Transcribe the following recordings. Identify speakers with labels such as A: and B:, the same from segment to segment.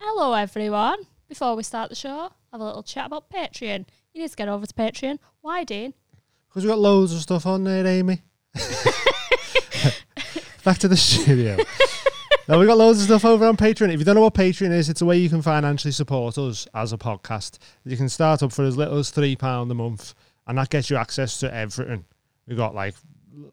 A: Hello, everyone. Before we start the show, have a little chat about Patreon. You need to get over to Patreon. Why, Dean?
B: Because we've got loads of stuff on there, Amy. Back to the studio. now, we've got loads of stuff over on Patreon. If you don't know what Patreon is, it's a way you can financially support us as a podcast. You can start up for as little as £3 a month, and that gets you access to everything. We've got like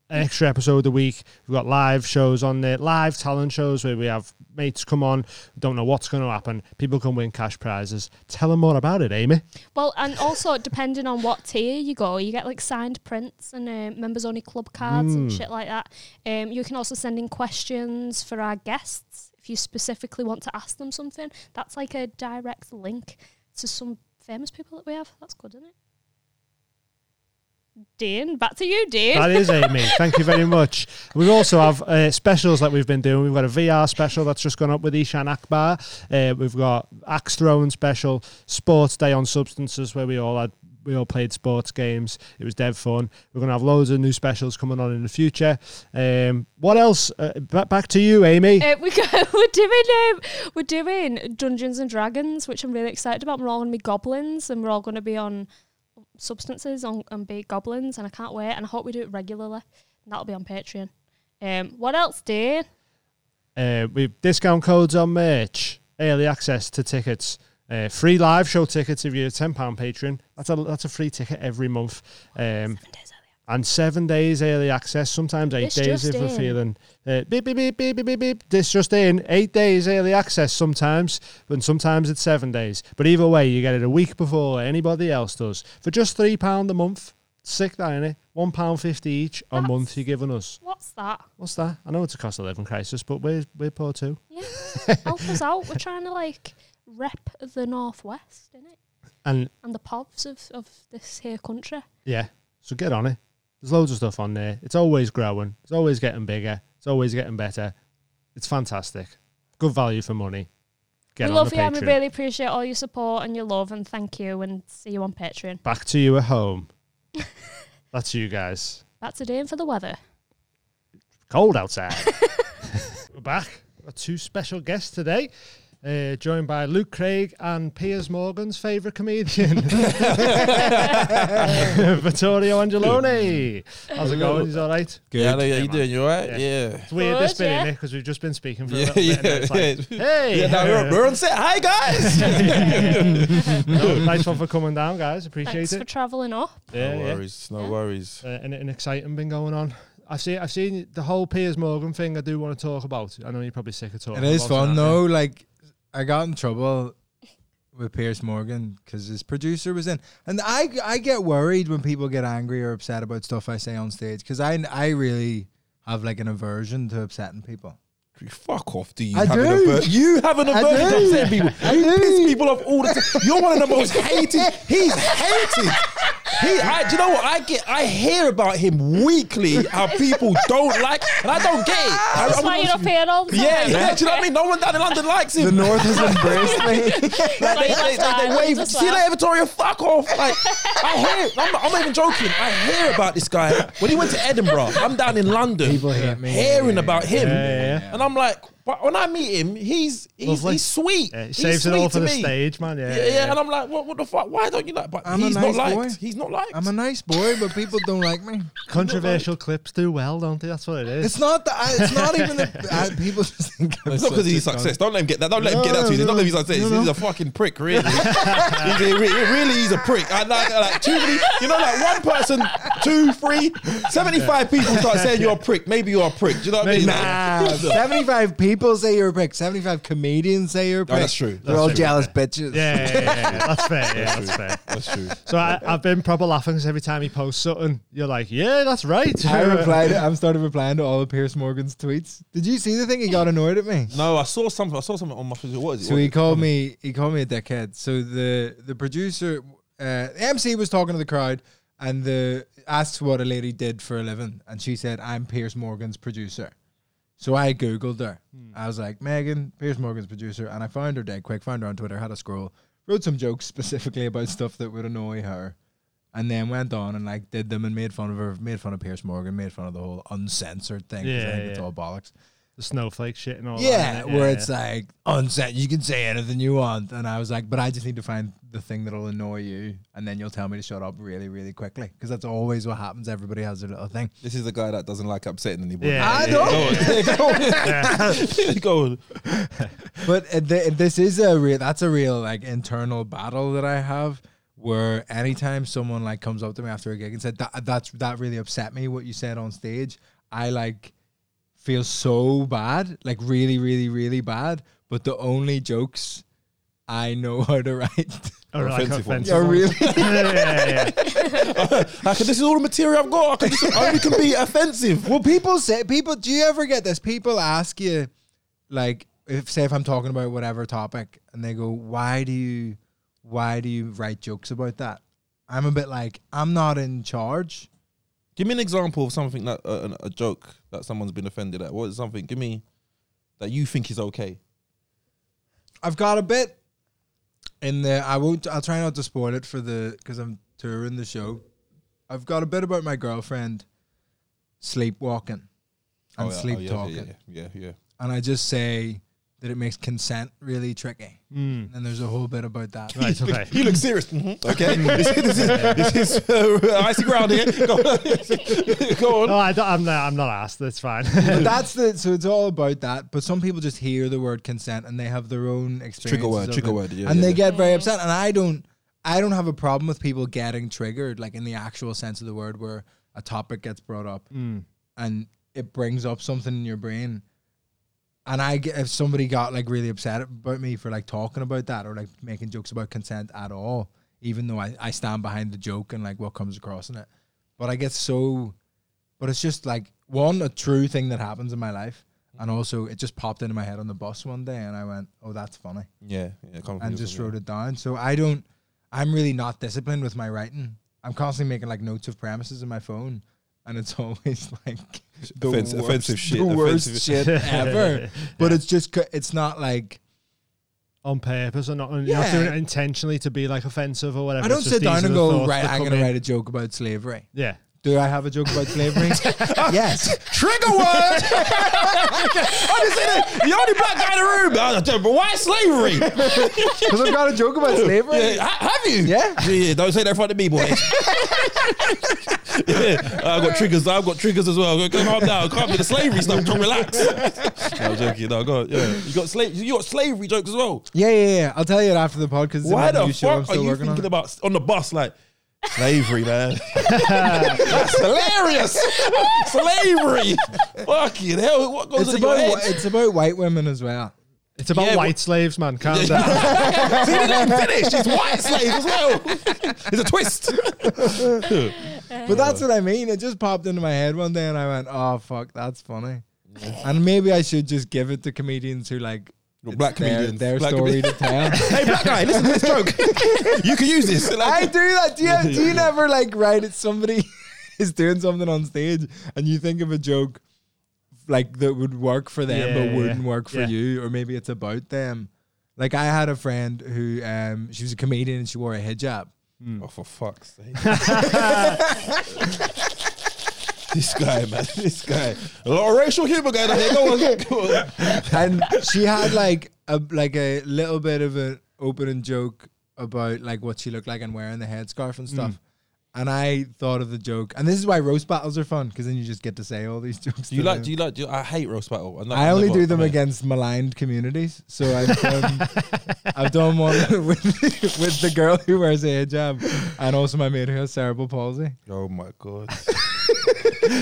B: extra episode a week. We've got live shows on there, live talent shows where we have mates come on, don't know what's going to happen. People can win cash prizes. Tell them more about it, Amy.
A: Well, and also depending on what tier you go, you get like signed prints and uh, members only club cards and shit like that. Um, you can also send in questions for our guests if you specifically want to ask them something. That's like a direct link to some famous people that we have. That's good, isn't it? Dean, back to you, Dean.
B: That is Amy. Thank you very much. We also have uh, specials that we've been doing. We've got a VR special that's just gone up with Ishan Akbar. Uh, we've got Axe Throne special, Sports Day on Substances, where we all had we all played sports games. It was dead fun. We're going to have loads of new specials coming on in the future. Um, what else? Uh, ba- back to you, Amy.
A: Uh, we go, we're doing um, we're doing Dungeons and Dragons, which I'm really excited about. We're all gonna be goblins, and we're all gonna be on substances on, and be goblins, and I can't wait. And I hope we do it regularly. And that'll be on Patreon. Um, what else, Dean?
B: Uh, we've discount codes on merch, early access to tickets, uh, free live show tickets if you're a ten pound patron. That's a that's a free ticket every month, um,
A: Seven days earlier.
B: and seven days early access. Sometimes eight
A: This
B: days
A: just
B: if we're
A: in.
B: feeling uh, beep beep beep beep beep beep beep. This just in eight days early access sometimes, and sometimes it's seven days. But either way, you get it a week before anybody else does for just three pound a month. Sick that innit? One pound fifty each a
A: That's-
B: month you're giving us.
A: What's that?
B: What's that? I know it's a cost of living crisis, but we're we're poor too.
A: Yeah, help us out. We're trying to like rep the northwest, innit?
B: And
A: And the pubs of, of this here country.
B: Yeah. So get on it. There's loads of stuff on there. It's always growing. It's always getting bigger. It's always getting better. It's fantastic. Good value for money. Get
A: we
B: on
A: love
B: the
A: you, and we
B: Patreon.
A: really appreciate all your support and your love, and thank you. And see you on Patreon.
B: Back to you at home. That's you guys.
A: Back to Dean for the weather.
B: Cold outside. We're back. We've got two special guests today. Uh, joined by Luke Craig and Piers Morgan's favourite comedian, Vittorio Angeloni. How's it going? He's all right.
C: Good. Yeah, like, how you doing? You alright? Yeah. Yeah.
B: It's weird this
A: Good,
B: bit,
A: yeah.
B: innit? Because we've just been speaking for a
C: Yeah,
B: little bit.
C: yeah,
B: and then it's like,
C: yeah.
B: hey,
C: now we're, we're on set. Hi guys.
B: No, nice one for coming down, guys. Appreciate
A: Thanks for
B: it.
A: travelling up.
B: Yeah,
C: no
B: yeah.
C: worries. No worries.
B: Uh, and an exciting been going on. I've seen, I've seen the whole Piers Morgan thing. I do want to talk about. I know you're probably sick of talking.
D: It is
B: about
D: fun
B: aren't you?
D: though. Like I got in trouble with Pierce Morgan because his producer was in, and I I get worried when people get angry or upset about stuff I say on stage because I I really have like an aversion to upsetting people.
C: Fuck off, do you
D: I
C: have an
D: do.
C: aver- You have an
D: I
C: aversion to
D: do.
C: upsetting people.
D: I
C: you
D: do.
C: piss people off all the time. You're one of the most hated. He's hated. He, I, do you know what I get? I hear about him weekly. How people don't like, and I don't get it. I,
B: Oh,
A: That's
C: I'm
A: why you're
C: honest
A: up
C: with you.
A: here all the time.
C: yeah, yeah. Do you know what I mean? No one down in London likes him.
D: The North has embraced me.
C: Like, they,
A: Like,
C: they,
A: that's
C: they,
A: fine,
C: wave.
A: that's
C: See you
A: fine.
C: later, Victoria. Fuck off. Like, I hear. it. I'm not, I'm not even joking. I hear about this guy when he went to Edinburgh. I'm down in London.
D: People hate me.
C: Hearing about him,
B: yeah,
C: and I'm like, but when I meet him, he's he's,
B: Lovely.
C: he's sweet.
B: Yeah, he
C: He's
B: saves it
C: sweet
B: all for
C: to
B: the
C: me.
B: stage, man. Yeah,
C: Yeah, yeah, and I'm like, what, what the fuck? Why don't you like? But
D: I'm a
C: he's
D: nice
C: not
D: boy.
C: liked. He's not liked.
D: I'm a nice boy, but people don't like me.
B: Controversial clips do well, don't they? That's what it is.
D: It's not that. I, it's not even that. I, people just think I'm
C: It's not because he's success. Don't let him get that. Don't let him get that to you. It's not because he's success.
D: No,
C: He's
D: no.
C: a fucking prick, really. he's a, re- really, he's a prick. I like, I like too many. You know, like one person, two, three, 75 people start saying you're a prick. Maybe you're a prick. Do you know what I mean?
D: Nah,
C: Like, look,
D: 75 Ah, people say you're a prick. 75 comedians say you're a prick.
C: that's true.
D: They're
C: That's
D: all
C: true.
D: jealous bitches.
B: yeah, yeah, yeah, yeah, yeah. that's fair. Yeah, that's fair.
C: That's true.
B: So I, I've been proper laughing 'cause every time he posts something, you're like, yeah, that's right.
D: I replied. I'm started replying to all of Pierce Morgan's tweets. Did you see the thing? He got annoyed at me.
C: No, I saw something. I saw something on my. What is it?
D: So he called me. He called me a dickhead. So the the producer, uh, MC was talking to the crowd, and the asked what a lady did for a living, and she said, "I'm Pierce Morgan's producer." So I googled her. I was like, Megan, Pierce Morgan's producer, and I found her dead quick. Found her on Twitter. Had a scroll. Wrote some jokes specifically about stuff that would annoy her, and then went on and like did them and made fun of her, made fun of Pierce Morgan, made fun of the whole uncensored thing. 'cause I
B: Yeah,
D: think it's
B: yeah.
D: all bollocks.
B: the snowflake shit and all
D: Yeah,
B: that. innit?
D: where it's like unset, you can say anything you want, and I was like, but I just need to find the thing that'll annoy you, and then you'll tell me to shut up really, really quickly, because that's always what happens. Everybody has their little thing.
C: This is the guy that doesn't like upsetting anybody.
B: Yeah, I yeah,
C: don't. Go on.
D: But uh, th- this is a real, that's a real like internal battle that I have, where anytime someone like comes up to me after a gig and said that that's that really upset me what you said on stage, I like feel so bad, like really, really, really bad. But the only jokes I know how to write.
B: Or like
C: Offensive ones.
B: offensive
D: are
B: ones.
D: really
B: yeah, yeah, yeah.
C: I can, this is all the material I've got. I can just, I only can be offensive.
D: Well, people say people. Do you ever get this? People ask you, like, if say if I'm talking about whatever topic, and they go, "Why do you, why do you write jokes about that?" I'm a bit like, I'm not in charge.
C: Give me an example of something that uh, a joke that someone's been offended at. What is something? Give me that you think is okay.
D: I've got a bit in there. I won't. I'll try not to spoil it for the because I'm touring the show. I've got a bit about my girlfriend sleepwalking and
C: Oh, yeah,
D: sleep
C: yeah,
D: talking,
C: yeah, yeah, yeah, yeah.
D: and I just say that it makes consent really tricky.
C: Hmm.
B: Mm.
D: And there's a whole bit about that.
B: Right, okay.
C: You look serious. Mhm. Okay, this is, this is, this is uh, icy ground here. Go on. Go on.
B: No, I don't, I'm not. I'm not asked. That's fine.
D: but that's the so it's all about that. But some people just hear the word consent and they have their own experience.
C: Trigger word, trigger word. Yeah,
D: and
C: yeah,
D: they
C: yeah.
D: get very upset. And I don't, I don't have a problem with people getting triggered, like in the actual sense of the word, where a topic gets brought up
C: Hmm.
D: and it brings up something in your brain. And I, get, if somebody got like really upset about me for like talking about that or like making jokes about consent at all, even though I, I stand behind the joke and like what comes across in it, but I get so, but it's just like one a true thing that happens in my life, and also it just popped into my head on the bus one day, and I went, oh, that's funny
C: Yeah, yeah. come
D: and
C: from
D: just
C: you.
D: wrote it down. So I don't, I'm really not disciplined with my writing. I'm constantly making like notes of premises in my phone, and it's always like the
C: Offensive-
D: worst,
C: offensive shit,
D: the worst
C: offensive-
D: shit ever. But it's just, c- it's not like
B: on purpose or not. You're not
D: Yeah.
B: doing it intentionally to be like offensive or whatever.
D: I don't
B: it's just
D: sit
B: these
D: down
B: are
D: and
B: the
D: go
B: thoughts
D: right.
B: that
D: I'm
B: come
D: gonna
B: in."
D: write a joke about slavery.
B: Yeah.
D: Do I have a joke about slavery? yes.
C: Trigger word. I just said it. The only black guy in the room. I was like, But why slavery?
D: Because I've got a joke about slavery.
C: Yeah, ha- have you?
D: Yeah.
C: yeah. yeah, Don't say that in front of me, boy. yeah, I've got triggers. I've got triggers as well. Calm down. Calm down. The slavery stuff. Don't relax. no, I'm joking. No, go on. Yeah. You got slave. You got slavery jokes as well.
D: Yeah, yeah, yeah. I'll tell you it after the podcast. It's in
C: Why
D: my
C: the
D: new show. I'm
C: fuck are
D: still
C: you
D: working on
C: thinking
D: it.
C: about on the bus like slavery, man? That's hilarious. slavery. Fucking hell. What goes
D: It's
C: in your
D: about
C: head?
D: whi- it's about white women as well.
B: It's about
C: Yeah,
B: white
C: what-
B: slaves, man. Calm
C: See,
B: down.
C: they didn't finish. It's white slave as well. It's a twist.
D: But that's what I mean. It just popped into my head one day, and I went, "Oh fuck, that's funny." and maybe I should just give it to comedians who like
C: Black
D: their-
C: comedians.
D: their,
C: black
D: story
C: comedians.
D: to tell.
C: hey, black guy, listen to this joke. you can use this.
D: I
C: Like,
D: do that. Do you, do you never like write it? Somebody is doing something on stage, and you think of a joke like that would work for them,
B: Yeah,
D: but
B: yeah,
D: wouldn't
B: yeah.
D: work for
B: Yeah.
D: you, or maybe it's about them. Like I had a friend who um, she was a comedian and she wore a hijab.
C: oh, for fuck's sake. this guy, man. This guy. A lot of racial humor going on here. Go on. Go on.
D: and she had like a like a little bit of an opening joke about like what she looked like and wearing the headscarf and stuff. And I thought of the joke, and this is why roast battles are fun because then you just get to say all these jokes.
C: Do you
D: to
C: like?
D: them.
C: Do you like? Do you, I hate roast battle. not-
D: I only
C: never-
D: do them
C: yeah.
D: against maligned communities. So I've done, I've done one with, with the girl who wears a hijab, and also my mate who has cerebral palsy.
C: Oh my god!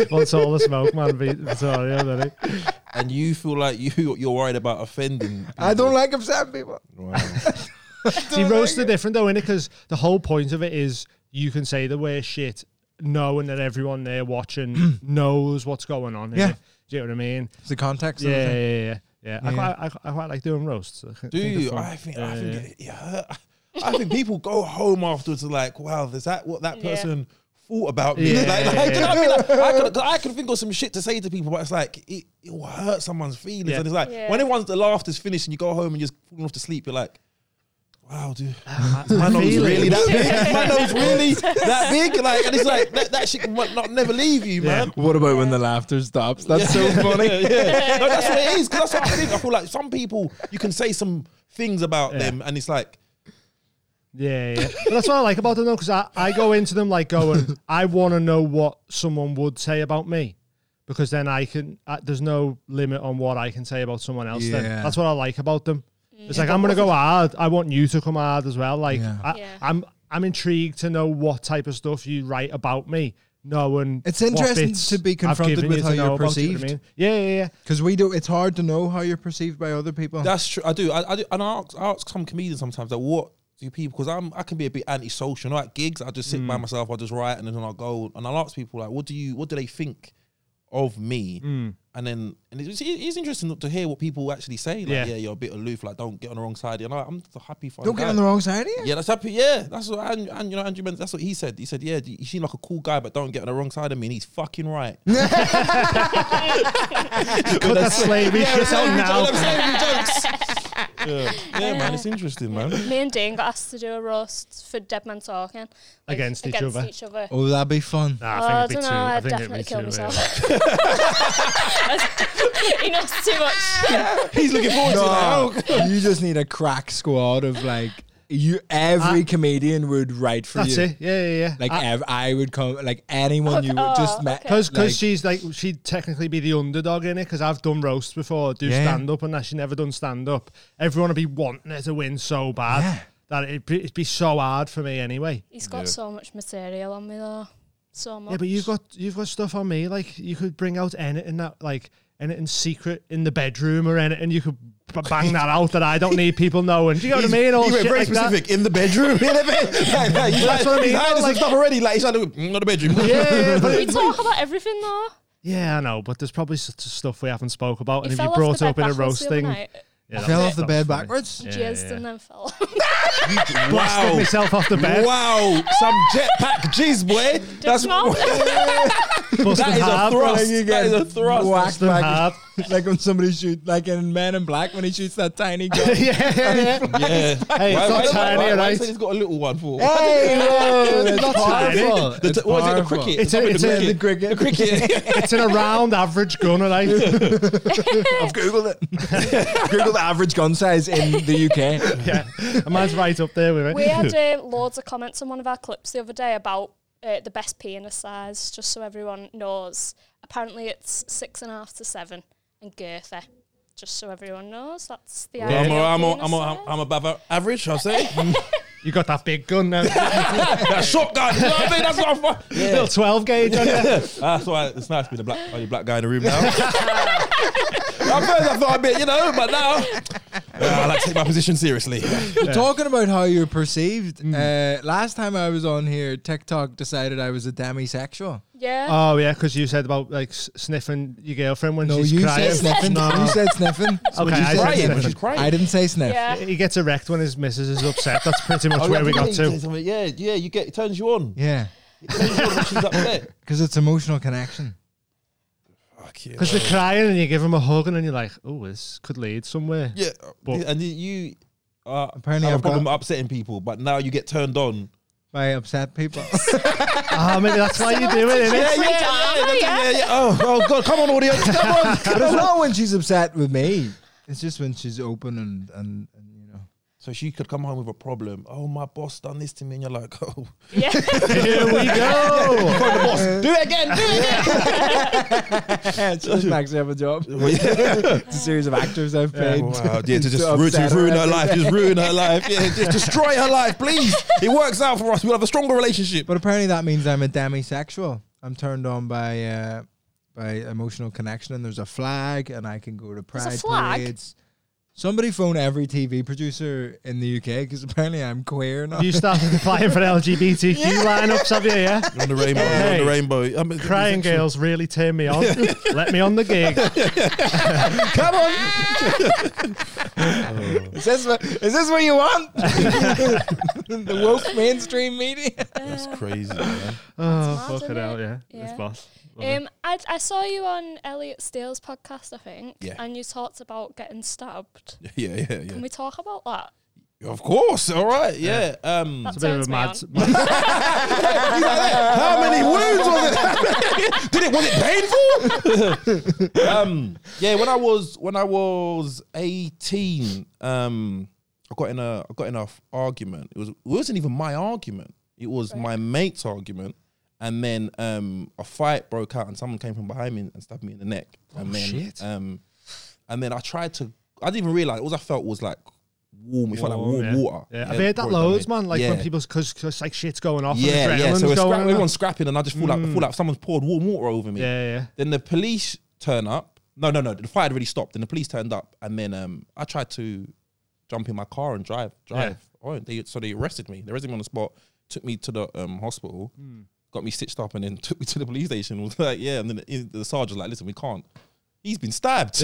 B: Wants all the smoke, man. Vi- Vittorio, doesn't he?
C: and you feel like you you're worried about offending.
D: I don't like upset people.
C: Wow.
B: See, roasts are different though, innit? Because the whole point of it is you can say the worst shit, knowing that everyone there watching knows what's going on.
D: Yeah.
B: innit? Do you know what I mean?
D: It's the context.
B: Yeah,
D: Of the
B: yeah,
D: thing.
B: yeah. yeah. Yeah, I,
D: Yeah.
B: quite, I, I quite like doing roasts. I think
C: Do
B: they're
C: you?
B: fun.
C: I think I
B: Yeah,
C: think
B: yeah.
C: it, it hurt. I think people go home afterwards and like, wow, is that what that
A: Yeah.
C: person thought about me?
B: Yeah,
C: like, like,
B: yeah,
C: do you know what I mean? Like, I could I could think of some shit to say to people, but it's like it, it will hurt someone's feelings.
B: Yeah.
C: And it's like
A: Yeah.
C: when everyone's the laughter's finished and you go home and you're just falling off to sleep, you're like. wow, dude.
B: My
C: My nose
B: feeling.
C: really that big. My nose really that big. Like, and it's like that, that shit might not never leave you,
B: Yeah.
C: man.
D: What about when the laughter stops? That's so funny.
C: Yeah, yeah. No, that's what it is. 'cause that's what I think. I feel like some people you can say some things about
B: Yeah.
C: them, and it's like
B: Yeah, yeah. but that's what I like about them though, because I, I go into them like going, I want to know what someone would say about me, because then I can. Uh, there's no limit on what I can say about someone else.
D: Yeah.
B: Then that's what I like about them.
A: Mm.
B: It's like I'm gonna go hard. I want you to come hard as well. Like
D: Yeah.
B: I,
A: Yeah.
B: I'm, I'm intrigued to know what type of stuff you write about me. Knowing
D: It's
B: what
D: interesting
B: bits
D: to be
B: I've
D: confronted
B: given
D: with
B: you to
D: how you're
B: know about, you know what I
D: perceived.
B: mean? Yeah, yeah, yeah.
D: Because we do. It's hard to know how you're perceived by other people.
C: that's true. I do. I, I do, and I ask, I ask some comedians sometimes like, what do people? Because I'm I can be a bit antisocial. You know, at gigs, I just sit by myself. I just write, and then I go and I will ask people like, what do you? What do they think of me? And then and it's, it's interesting to hear what people actually say. Like, yeah.
B: Yeah.
C: you're a bit aloof. Like, don't get on the wrong side. You know, I'm just a happy. fun
D: Don't get
C: guy.
D: on the wrong side of you.
C: Yeah, that's happy. Yeah, that's what and, and you know Andrew Mendes, that's what he said. He said, yeah, you seem like a cool guy, but don't get on the wrong side of me. And he's fucking right. yeah,
B: Cut that slavery shit out now.
C: yeah, man, it's interesting, man.
A: Me and Dean got asked to do a roast for Dead Man Talking like,
B: Against each other.
A: each other.
D: Oh, that'd be fun.
B: Nah,
A: Oh,
B: it'd be
A: dunno,
B: too-
A: I'd
B: think it'd
A: definitely
B: be
A: kill
B: too,
A: myself.
B: yeah.
A: he knows too much.
C: He's looking forward to
D: No,
C: that.
D: you just need a crack squad of like you. Every
B: I-
D: comedian would write for
B: That's
D: you.
B: it. Ah. Yeah, yeah, yeah.
D: Like
B: I-
D: ev- I would come. Like anyone you would just
A: Oh,
D: met.
A: okay.
B: Because
D: like-
B: she's like she'd technically be the underdog in it. Because I've done roasts before, do
D: Yeah.
B: stand up, and that she never done stand up. Everyone would be wanting her to win so bad
D: Yeah.
B: that it'd be, it'd be so hard for me anyway.
A: He's got so much material on me though. So much.
B: Yeah, but you've got you've got stuff on me. Like you could bring out anything that like anything secret in the bedroom or anything. You could b- bang that out that I don't need people knowing. Do you know what I mean? All
C: he went
B: shit
C: very
B: like that.
C: specific in the bedroom. In the bed. Like, like, he's
B: That's
C: like,
B: what I
C: he's
B: mean,
C: hiding
B: though,
C: some
B: like-
C: stuff already. Like he's like, mm, not the bedroom.
B: Yeah, but
A: we
B: it-
A: talk about everything though.
B: yeah, I know. But there's probably s- stuff we haven't spoke about,
A: He
B: and if
A: fell
B: you
A: off
B: brought
A: the
B: it up
A: bed
B: in a
A: backwards the
B: roast
A: other
B: thing,
A: night,
B: yeah,
D: fell
B: that-
D: off the
B: that was
D: bed
B: funny.
D: backwards.
B: Yeah,
A: jizzed
B: yeah.
A: and then fell.
B: Blasted
C: Wow.
B: myself off the bed.
C: Wow, some jetpack jizz, boy. That's
A: Mom?
B: Busted
C: that is a
B: hard.
C: thrust.
D: And you
C: That
D: get
C: is a thrust.
D: whacked
B: Busted
D: back-
B: hard.
D: like when somebody shoots, like in Man in Black when he shoots that tiny gun.
B: yeah, yeah.
C: Yeah.
B: Hey, it's not tiny,
C: why, why
B: right?
C: you say he's got a little one for?
D: Hey, whoa, it's
B: Not tiny.
D: powerful.
C: The
D: It's
C: t- what is it? The
D: powerful.
C: cricket.
B: It's a-
C: Something
B: it's
C: with
B: a-
D: The cricket.
C: The cricket.
B: It's an around average gun, right?
D: I've googled it. Google the average gun size in the UK.
B: yeah, a man's right up there with it.
A: we had uh, loads of comments on one of our clips the other day about uh, the best penis size, just so everyone knows. Apparently, it's six and a half to seven and girthy. Just so everyone knows, that's the
C: I'm
A: ideal.
C: a, I'm a,
A: penis
C: I'm a, I'm a,
A: size.
C: I'm above average, I'll say.
B: You got that big gun now,
C: that shotgun. You know what I mean? That's what I'm fu-
B: little twelve gauge. On you.
C: That's why it's nice being a black, only black guy in the room now. At first I thought I'd be, you know, but now uh, I like to take my position seriously.
D: But Talking about how you're perceived, uh, last time I was on here, TikTok decided I was a demisexual.
A: Yeah.
B: Oh yeah, because you said about like s- sniffing your girlfriend when
D: No,
B: she's
D: you
B: crying.
D: said sniffing.
B: No.
D: You said sniffing.
B: Okay, I said
C: Crying,
B: sniffing.
C: she's crying.
D: I didn't say sniff.
A: yeah.
B: He gets erect when his missus is upset. That's pretty
D: Oh,
C: Oh,
B: much where we got to.
C: Yeah, yeah, you get, it turns you on.
D: Yeah,
C: It turns you on when she's upset.
D: because it's emotional connection.
C: Fuck yeah.
B: Because they're crying and you give them a hug and then you're like, oh, this could lead somewhere.
C: Yeah,
B: But-
C: and you uh,
D: Apparently
C: apparently have
D: I've
C: a problem upsetting people, but now you get turned on.
D: By upset people.
B: Ah, maybe that's why you do it, innit?
A: Yeah, yeah,
C: that's- yeah, yeah. Oh, oh God, come on, audience, come on.
D: but it's not when she's upset with me. It's just when she's open and and, and you know.
C: So she could come home with a problem. Oh, my boss done this to me, and you're like, oh,
A: yeah.
B: Here we go.
C: call the boss, do it again, do it again.
D: Yeah, she just makes up a job. It's a series of actors I've
C: Yeah,
D: played.
C: wow. yeah to just
D: To
C: ruin,
D: upset
C: to
D: her
C: ruin her
D: every
C: life,
D: day.
C: just ruin her life. Yeah, just destroy her life, please. It works out for us. We'll have a stronger relationship.
D: But apparently that means I'm a demisexual. I'm turned on by uh, by emotional connection, and there's a flag, and I can go to
A: There's a
D: pride
A: flag?
D: parades. Somebody phone every TV producer in the UK because apparently I'm queer now.
B: You started applying for LGBTQ lineups, have you? Yeah.
C: You're on the rainbow,
B: Yeah.
C: you're on the rainbow. I'm a-
B: Crying girls really turn me on. Let me on the gig.
D: Come on! is, this what, is this what you want? the woke mainstream media.
C: That's crazy, man.
B: Oh,
A: mad,
B: fucking
A: isn't
B: hell,
A: it?
B: yeah. It's
A: Yeah.
B: boss.
A: Um, I, I saw you on Elliot Steele's podcast, I think,
C: Yeah.
A: and you talked about getting stabbed.
C: Yeah, yeah,
A: Can
C: yeah.
A: we talk about that?
C: Of course. All right. Yeah. Um,
A: That's
B: It's a bit of
A: Turns
B: a
A: me
B: mad,
A: on.
B: mad
C: How many wounds was it? Did it was it painful? um, yeah, when I was when I was eighteen, um, I got in a I got in a f- argument. It was it wasn't even my argument. It was my mate's argument, and then um, a fight broke out, and someone came from behind me and stabbed me in the neck. and then,
B: Oh, shit.
C: Um, and then I tried to. I didn't even realize. All I felt was like warm. It felt like
B: warm,
C: warm
B: Oh, yeah.
C: water.
B: Yeah, I've heard that
C: broke down
B: loads,
C: me.
B: man. Like when
C: Yeah.
B: people, because cause, like shit's going off,
C: Yeah,
B: and
C: yeah.
B: adrenaline's
C: So we're
B: going
C: scra-
B: on.
C: everyone's scrapping, and I just feel like I feel like someone's poured warm water over me.
B: Hmm. yeah, yeah.
C: Then the police turn up. No, no, no. The fire had already stopped. Then the police turned up, and then um, I tried to jump in my car and drive, drive. Oh, they so they arrested me. They arrested me on the spot. Took me to the um, hospital.
B: Hmm.
C: Got me stitched up, and then took me to the police station. Was like, yeah. And then the, the sergeant was like, listen, we can't. He's been stabbed.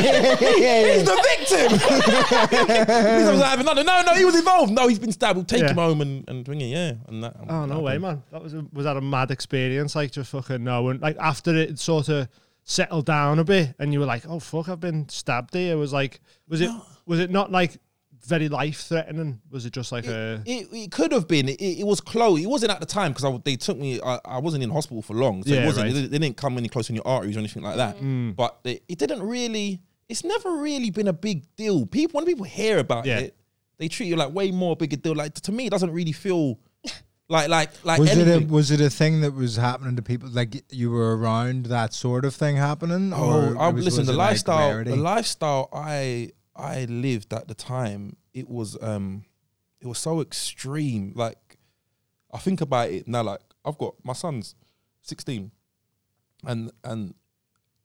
C: He's the victim. He's like, "I've been- no, no, no, he was involved. No, he's been stabbed. We'll take
B: Yeah.
C: him home and, and bring it. Yeah. And that,
B: Oh no way, man! That was a, was that a mad experience? Like just fucking no, and like after it sort of settled down a bit, and you were like, oh fuck, I've been stabbed here. It was like, was it was it not like very life threatening? Was it just like a
C: It, it could have been. It, it was close. It wasn't at the time because they took me. I, I wasn't in hospital for long, so it
B: Yeah,
C: wasn't.
B: right.
C: They, they didn't come any close in your arteries or anything like that. But it, it didn't really. It's never really been a big deal. People when people hear about
B: Yeah.
C: it, they treat you like way more big a deal. Like to me, it doesn't really feel like like like
D: Was it a
C: anything.
D: was it a thing that was happening to people like you were around that sort of thing happening?
C: Oh,
D: or
C: I,
D: it was-
C: listen.
D: was
C: The
D: it, like,
C: lifestyle,
D: rarity?
C: the lifestyle I I lived at the time, it was um, it was so extreme. Like, I think about it now. Like, I've got my son's sixteen, and and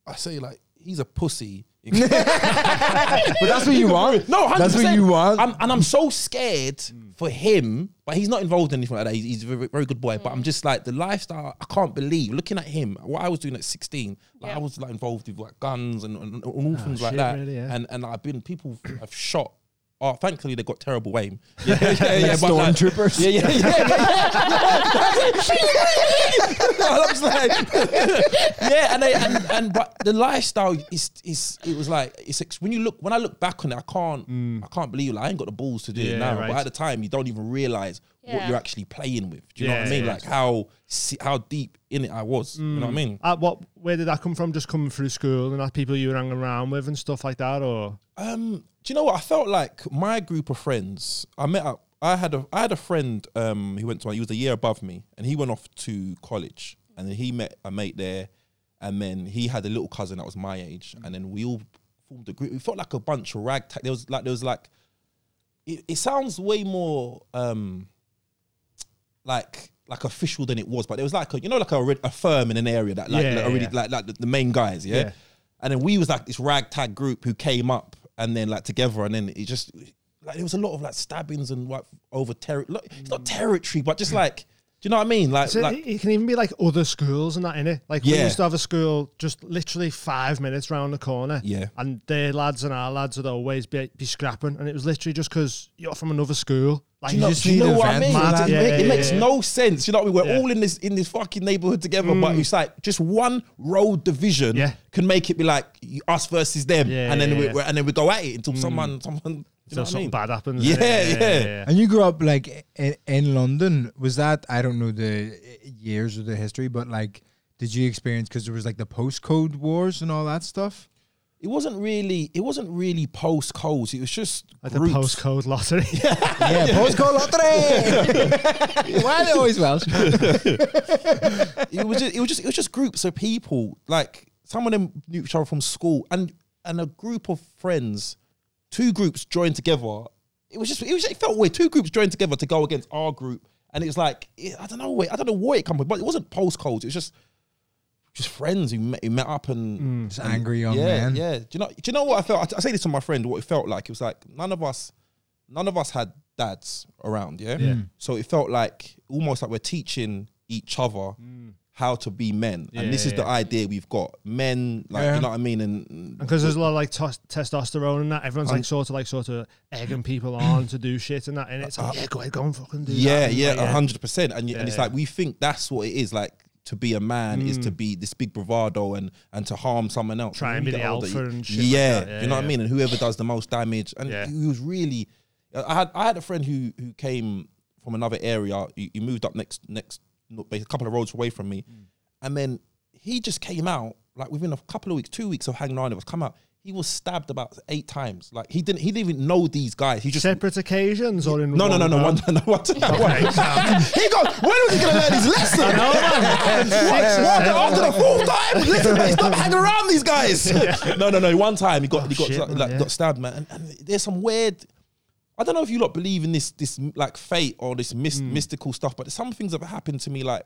C: I say like he's a pussy.
D: but that's what you want.
C: No, 100%.
D: That's what you want?
C: I'm, and I'm so scared for him, but he's not involved in anything like that. He's, he's a very, very good boy, but I'm just like the lifestyle. I can't believe looking at him. What I was doing at 16, like
A: Yeah.
C: I was like involved with like guns and, and, and all
D: Ah,
C: things like
B: shit,
C: that.
B: really, yeah.
C: And and I've been people have shot. Oh, thankfully they got terrible aim.
D: Stormtroopers.
C: Yeah, yeah, yeah, yeah, yeah. I was like, yeah, and, they, and and but the lifestyle is is it was like it's ex- when you look when I look back on it, I can't I can't believe like, I ain't got the balls to do
B: Mm. Yeah,
C: it now.
B: right.
C: But at the time, you don't even realize what
A: Yeah.
C: you're actually playing with. Do you know what I
B: Yeah,
C: mean?
B: yeah. Mm.
C: Like how se- how deep in it I was. You know what I mean?
B: at what? Where did that come from? Just coming through school and that people you were hanging around with and stuff like that, or
C: Um, do you know what I felt like? My group of friends, I met up. I had a I had a friend um, who went to he was a year above me, and he went off to college, and then he met a mate there, and then he had a little cousin that was my age, and then we all formed a group. We felt like a bunch of ragtag. There was like there was like, it, it sounds way more um, like like official than it was, but there was like a you know like a, re- a firm in an area that like,
B: Yeah,
C: like already
B: yeah.
C: like like the, the main guys, yeah?
B: Yeah.
C: And then we was like this ragtag group who came up and then like together, and then it just like there was a lot of like stabbings and like over territory. It's not territory, but just like do you know what I mean? Like
B: so
C: like
B: it, it can even be like other schools and that in it. Like we
C: Yeah.
B: used to have a school just literally five minutes round the corner,
C: Yeah.
B: And their lads and our lads would always be be scrapping, and it was literally just because you're from another school. Like
C: you know,
D: just
C: do you
D: need
C: know what I mean?
D: events for
C: Like,
D: that.
C: it
B: Yeah,
C: make- it
B: yeah,
C: makes
B: yeah.
C: no sense. You know what I mean? We're
B: Yeah. Mm.
C: all in this in this fucking neighborhood together, but it's like just one road division
B: Yeah.
C: can make it be like you- us versus them,
B: Yeah,
C: and then
B: yeah,
C: we
B: yeah.
C: we and then we go at it until someone someone. You know
B: Until
C: what I
B: something bad happens.
C: mean? Yeah,
B: innit?
C: yeah.
D: And you grew up like in, in London. Was that I don't know the years or the history, but like, did you experience because there was like the postcode wars and all that stuff?
C: It wasn't really. It wasn't really post codes. It was just
B: Like the
C: groups.
B: postcode lottery.
D: Yeah, postcode lottery. Why are they always Welsh?
C: it was just, it was just it was just groups of people. Like some of them knew each other from school, and and a group of friends, two groups joined together. It was just it was it felt weird. Two groups joined together to go against our group, and it was like it, I don't know wait, I don't know where it come from, but it wasn't postcodes. It was just just friends who met who met up and
D: Just angry young
C: yeah,
D: man.
C: Yeah. Do you know? Do you know what I felt? I, I say this to my friend. What it felt like? It was like none of us, none of us had dads around. Yeah.
D: Mm.
C: So it felt like almost like we're teaching each other how to be men, and this is the idea we've got. Men, like
D: Yeah.
C: you know what I mean, and
B: because there's a lot of like tos testosterone and that. Everyone's like sort of like sort of egging people on to do shit and that. And it's like, yeah, go ahead, go and fucking do
C: yeah,
B: that.
C: yeah,
B: Like,
C: a hundred percent. And you, and it's
B: yeah. Mm.
C: like we think that's what it is like. To be a man is to be this big bravado and and to harm someone else.
B: Try
C: When
B: and
C: you
B: be the
C: get
B: alpha
C: you-
B: and shit like
C: yeah,
B: that. Yeah,
C: you know what I
B: yeah.
C: mean. And whoever does the most damage, and
B: Yeah.
C: he was really, I had I had a friend who who came from another area. He, he moved up next next no- a couple of roads away from me,
B: Mm.
C: and then he just came out like within a couple of weeks, two weeks of hanging around. It was come out. He was stabbed about eight times. Like he didn't he didn't even know these guys. He just
B: Separate occasions or in
C: no, no, no, no, one, no, one, no, one. He goes, when was he going to learn his lesson?
B: um, I know, man.
C: What,
B: Six or
C: after,
B: seven.
C: after the fourth time, listen, man, stop hanging around these guys. No, no, no. One time he got, he got,
B: Oh, shit,
C: like,
B: man,
C: like,
B: yeah.
C: got stabbed, man. And, and there's some weird. I don't know if you lot believe in this, this like fate or this mys-
B: Mm.
C: mystical stuff, but some things have happened to me. Like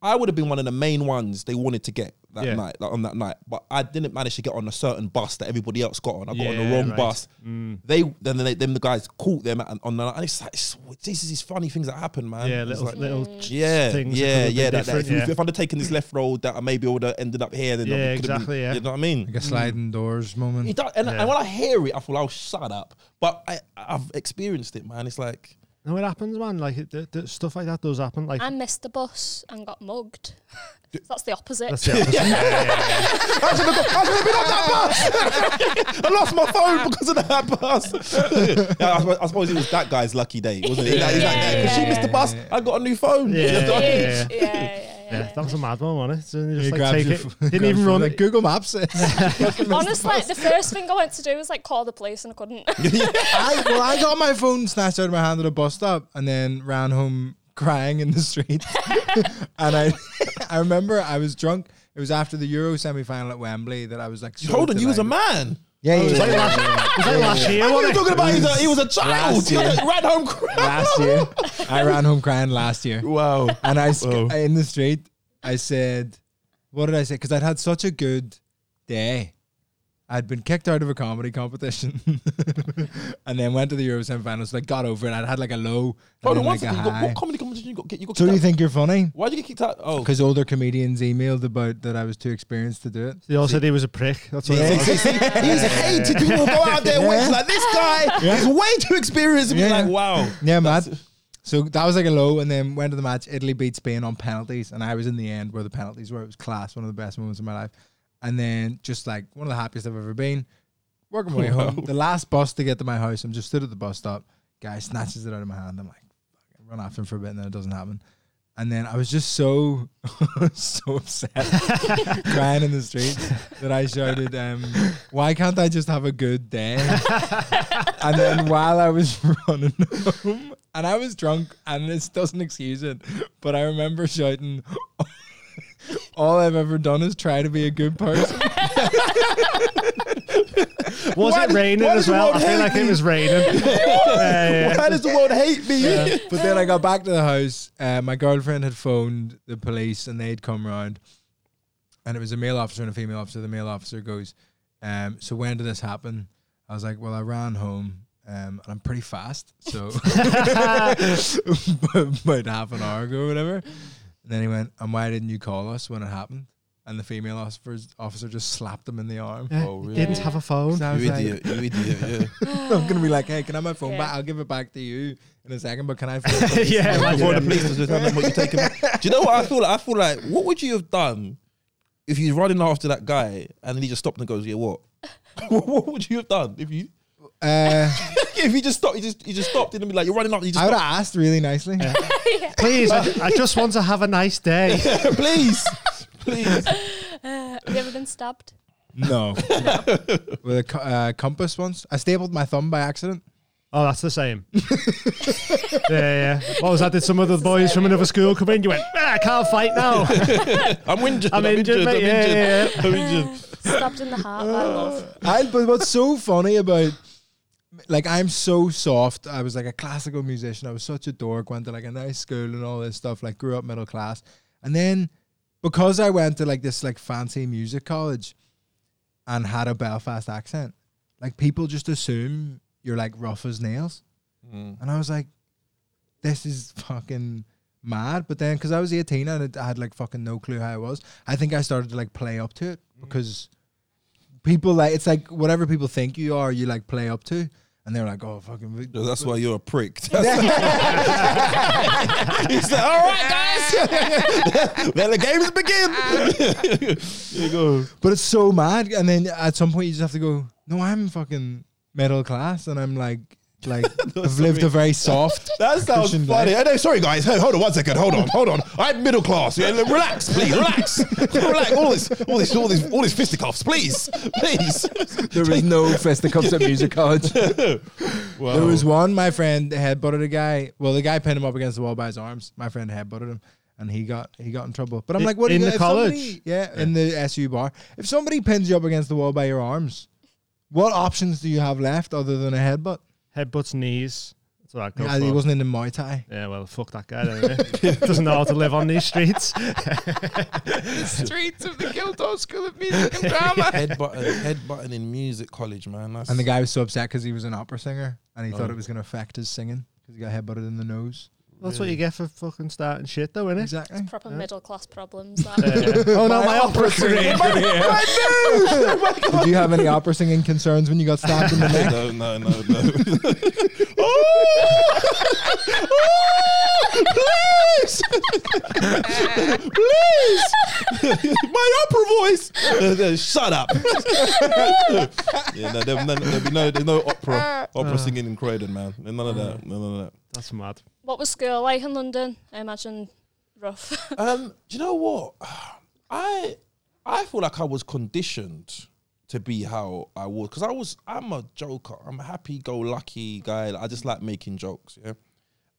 C: I would have been one of the main ones they wanted to get that
B: Yeah.
C: night, like on that night, but I didn't manage to get on a certain bus that everybody else got on. I got on
B: Yeah,
C: the wrong
B: right. Mm.
C: bus. They then they, them the guys caught them at, on the night, and it's like it's, this is these funny things that happen, man.
B: Yeah,
C: It's
B: little
C: like,
B: little ch-
C: yeah,
B: things. that
C: yeah,
B: could've been
C: yeah. That, that-
B: different,
C: if,
B: yeah.
C: if I'd have taken this left road, that I maybe would have ended up here. Then I
B: Yeah,
C: could've been-
B: exactly, yeah.
C: you know what I mean.
D: Like a sliding doors moment.
C: It does, and,
B: Yeah.
C: and when I hear it, I feel I'll shut up. But I, I've experienced it, man. It's like
B: No, it happens, man. Like it, th- th- stuff like that does happen. Like
A: I missed the bus and got mugged. That's the opposite.
B: that's the opposite.
C: I should have got- I should have been on that bus. I lost my phone because of that bus. yeah, I, suppose, I suppose it was that guy's lucky day, wasn't it? Like, he's like,
A: Yeah,
C: "Yeah, 'cause she
A: yeah,
C: missed the
D: yeah.
C: bus. I got a new phone.
B: Yeah.
C: You know what I mean?
B: Yeah.
A: yeah, yeah, yeah.
B: yeah, that was a mad one, wasn't it? So you
D: He
B: just, like,
D: grabs
B: take
D: your
B: it.
D: ph- grabs
B: Didn't even
D: your
B: run
D: phone,
B: it.
D: like Google Maps. says.
A: Honestly, the first thing I went to do was like call the police and I couldn't.
D: I, well, I got my phone snatched out of my hand at a bus stop and then ran home crying in the street. and I, I remember I was drunk. It was after the Euro semi final at Wembley that I was like, so
C: Hold on, you was a
D: delighted.
C: man. Oh,
D: Yeah, yeah,
B: It's
D: yeah,
B: like
D: yeah.
B: last, it's like last year,
C: What are you
B: wasn't it?
C: talking about? He's a, he was a child.
D: Last
C: He
D: year.
C: ran home crying.
D: Last year, I ran home crying last year.
C: Wow.
D: And I, sc-
C: Whoa.
D: in the street, I said, what did I say? Because I'd had such a good day. I'd been kicked out of a comedy competition and then went to the Euro semi-finals. Like, got over it. I'd had like a low
C: Hold
D: and
C: on,
D: then,
C: one
D: like a
C: second. You got,
D: high.
C: what comedy competition you got? You got
D: So
C: kicked
D: do you
C: out?
D: think you're funny?
C: Why did you get kicked out? Oh,
D: Because older comedians emailed about that I was too experienced to do it.
B: They all said he was a prick. That's what
D: Yeah.
B: it was.
C: he's hated. People go out there
D: Yeah.
C: waiting like this guy is way too experienced. And be
D: Yeah.
C: like, wow.
D: Yeah, mad. So that was like a low, and then went to the match. Italy beat Spain on penalties, and I was in the end where the penalties were. It was class, one of the best moments of my life. And then just like one of the happiest I've ever been. Working my way home, the last bus to get to my house. I'm just stood at the bus stop. Guy snatches it out of my hand. I'm like, fucking run after him for a bit, and then it doesn't happen. And then I was just so, so upset, crying in the street, that I shouted, um, "Why can't I just have a good day?" and then while I was running home, and I was drunk, and this doesn't excuse it, but I remember shouting, "All I've ever done is try to be a good person."
B: Was
C: Why
B: it
C: did-
B: raining
C: why
B: as
C: did you
B: well?
C: want
B: I feel
C: hate
B: like
C: me?
B: it was raining. Yeah, yeah.
C: Why does the world hate me?
D: but then I got back to the house. Uh, my girlfriend had phoned the police, and they'd come round. And it was a male officer and a female officer. The male officer goes, um, "So when did this happen?" I was like, "Well, I ran home, um, and I'm pretty fast, so about half an hour ago, or whatever." And then he went, "And why didn't you call us when it happened?" And the female officer officer just slapped him in the arm.
B: Yeah,
C: Oh, really?
B: Didn't have a phone.
D: So I was
C: You
D: like,
C: idiot. You idiot. Yeah.
D: I'm gonna be like, "Hey, can I have my phone
A: Yeah.
D: back? I'll give it back to you in a second, but can I?" phone the police?"
B: Yeah,
C: Before
B: imagine
C: the
B: him.
C: police was just having what you taking. Do you know what I feel like? I feel like what would you have done if you running after that guy and then he just stopped and goes, "Yeah, what?" what would you have done if you
D: Uh,
C: if you just stopped? You just you just stopped and then be like, "You're running after." You just
D: I would
C: stopped.
D: have asked really nicely.
B: Please, I, I just want to have a nice day.
C: please, please.
A: Have you ever been stabbed?
D: No. With a co- uh, compass once. I stapled my thumb by accident.
B: Oh, that's the same. yeah, yeah. What was that? Did some other boys from another school come in? You went, ah, I can't fight now.
C: I'm injured.
B: I'm injured,
C: I'm
B: mate.
C: injured.
B: Yeah, yeah,
C: I'm injured.
A: Stabbed in the heart by love.
B: Uh,
D: I, but what's so funny about, like, I'm so soft. I was like a classical musician. I was such a dork. Went to like a nice school and all this stuff. Like, grew up middle class. And then because I went to like this like fancy music college and had a Belfast accent, like people just assume you're like rough as nails. And I was like, this is fucking mad. But then, because I was 18 and it- I had like fucking no clue how I was, I think I started to like play up to it because people like, it's like whatever people think you are, you like play up to. And they're like, oh, fucking.
C: That's why you're a prick. He's like, all right, guys. then the games begin. Here you go.
D: But it's so mad. And then at some point, you just have to go, no, I'm fucking middle class. And I'm like, Like I've lived a very soft.
C: That sounds
D: Christian
C: funny. Oh, no, sorry, guys. Hey, hold on one second. Hold on. Hold on. I'm middle class. Yeah, l- relax, please. Relax. relax. All this, all this, all this, all this fisticuffs, please. Please.
D: There is no fisticuffs at music college. There was
B: Oh.
D: one my friend headbutted a guy. Well, the guy pinned him up against the wall by his arms. My friend headbutted him, and he got he got in trouble. But I'm
B: I-
D: like, what? do
B: in
D: you,
B: the
D: if somebody-
B: college?
D: yeah, in the SU bar. If somebody pins you up against the wall by your arms, what options do you have left other than a headbutt?
B: Headbutts, knees. That's what I go
D: Yeah,
B: for.
D: he wasn't in the Muay Thai.
B: yeah, well, fuck that guy. Anyway. Doesn't know how to live on these streets.
D: Streets of the Guildhall School of Music and Drama.
C: Head button, head button in music college, man. That's,
D: And the guy was so upset because he was an opera singer, and he thought
C: Oh.
D: it was going to affect his singing because he got headbutted in the nose.
B: That's what you get for fucking starting shit, though, innit?
D: Exactly.
A: Proper middle class problems. That.
B: Uh, oh no, my opera
D: career.
B: career. Oh
D: Did you have any opera singing concerns when you got stabbed in the neck?
C: no, no, no, no. please, please, my opera voice. Uh, uh, shut up. yeah, no, there, no, there'll be no, there's no opera, opera singing in Croydon, man. There's None of that, none of
B: That's mad.
A: What was school like in London? I imagine rough.
C: that. Um, do you know what? I, I feel like I was conditioned to be how I was because I was. I'm a joker. I'm a happy-go-lucky guy. Like, I just like making jokes. Yeah.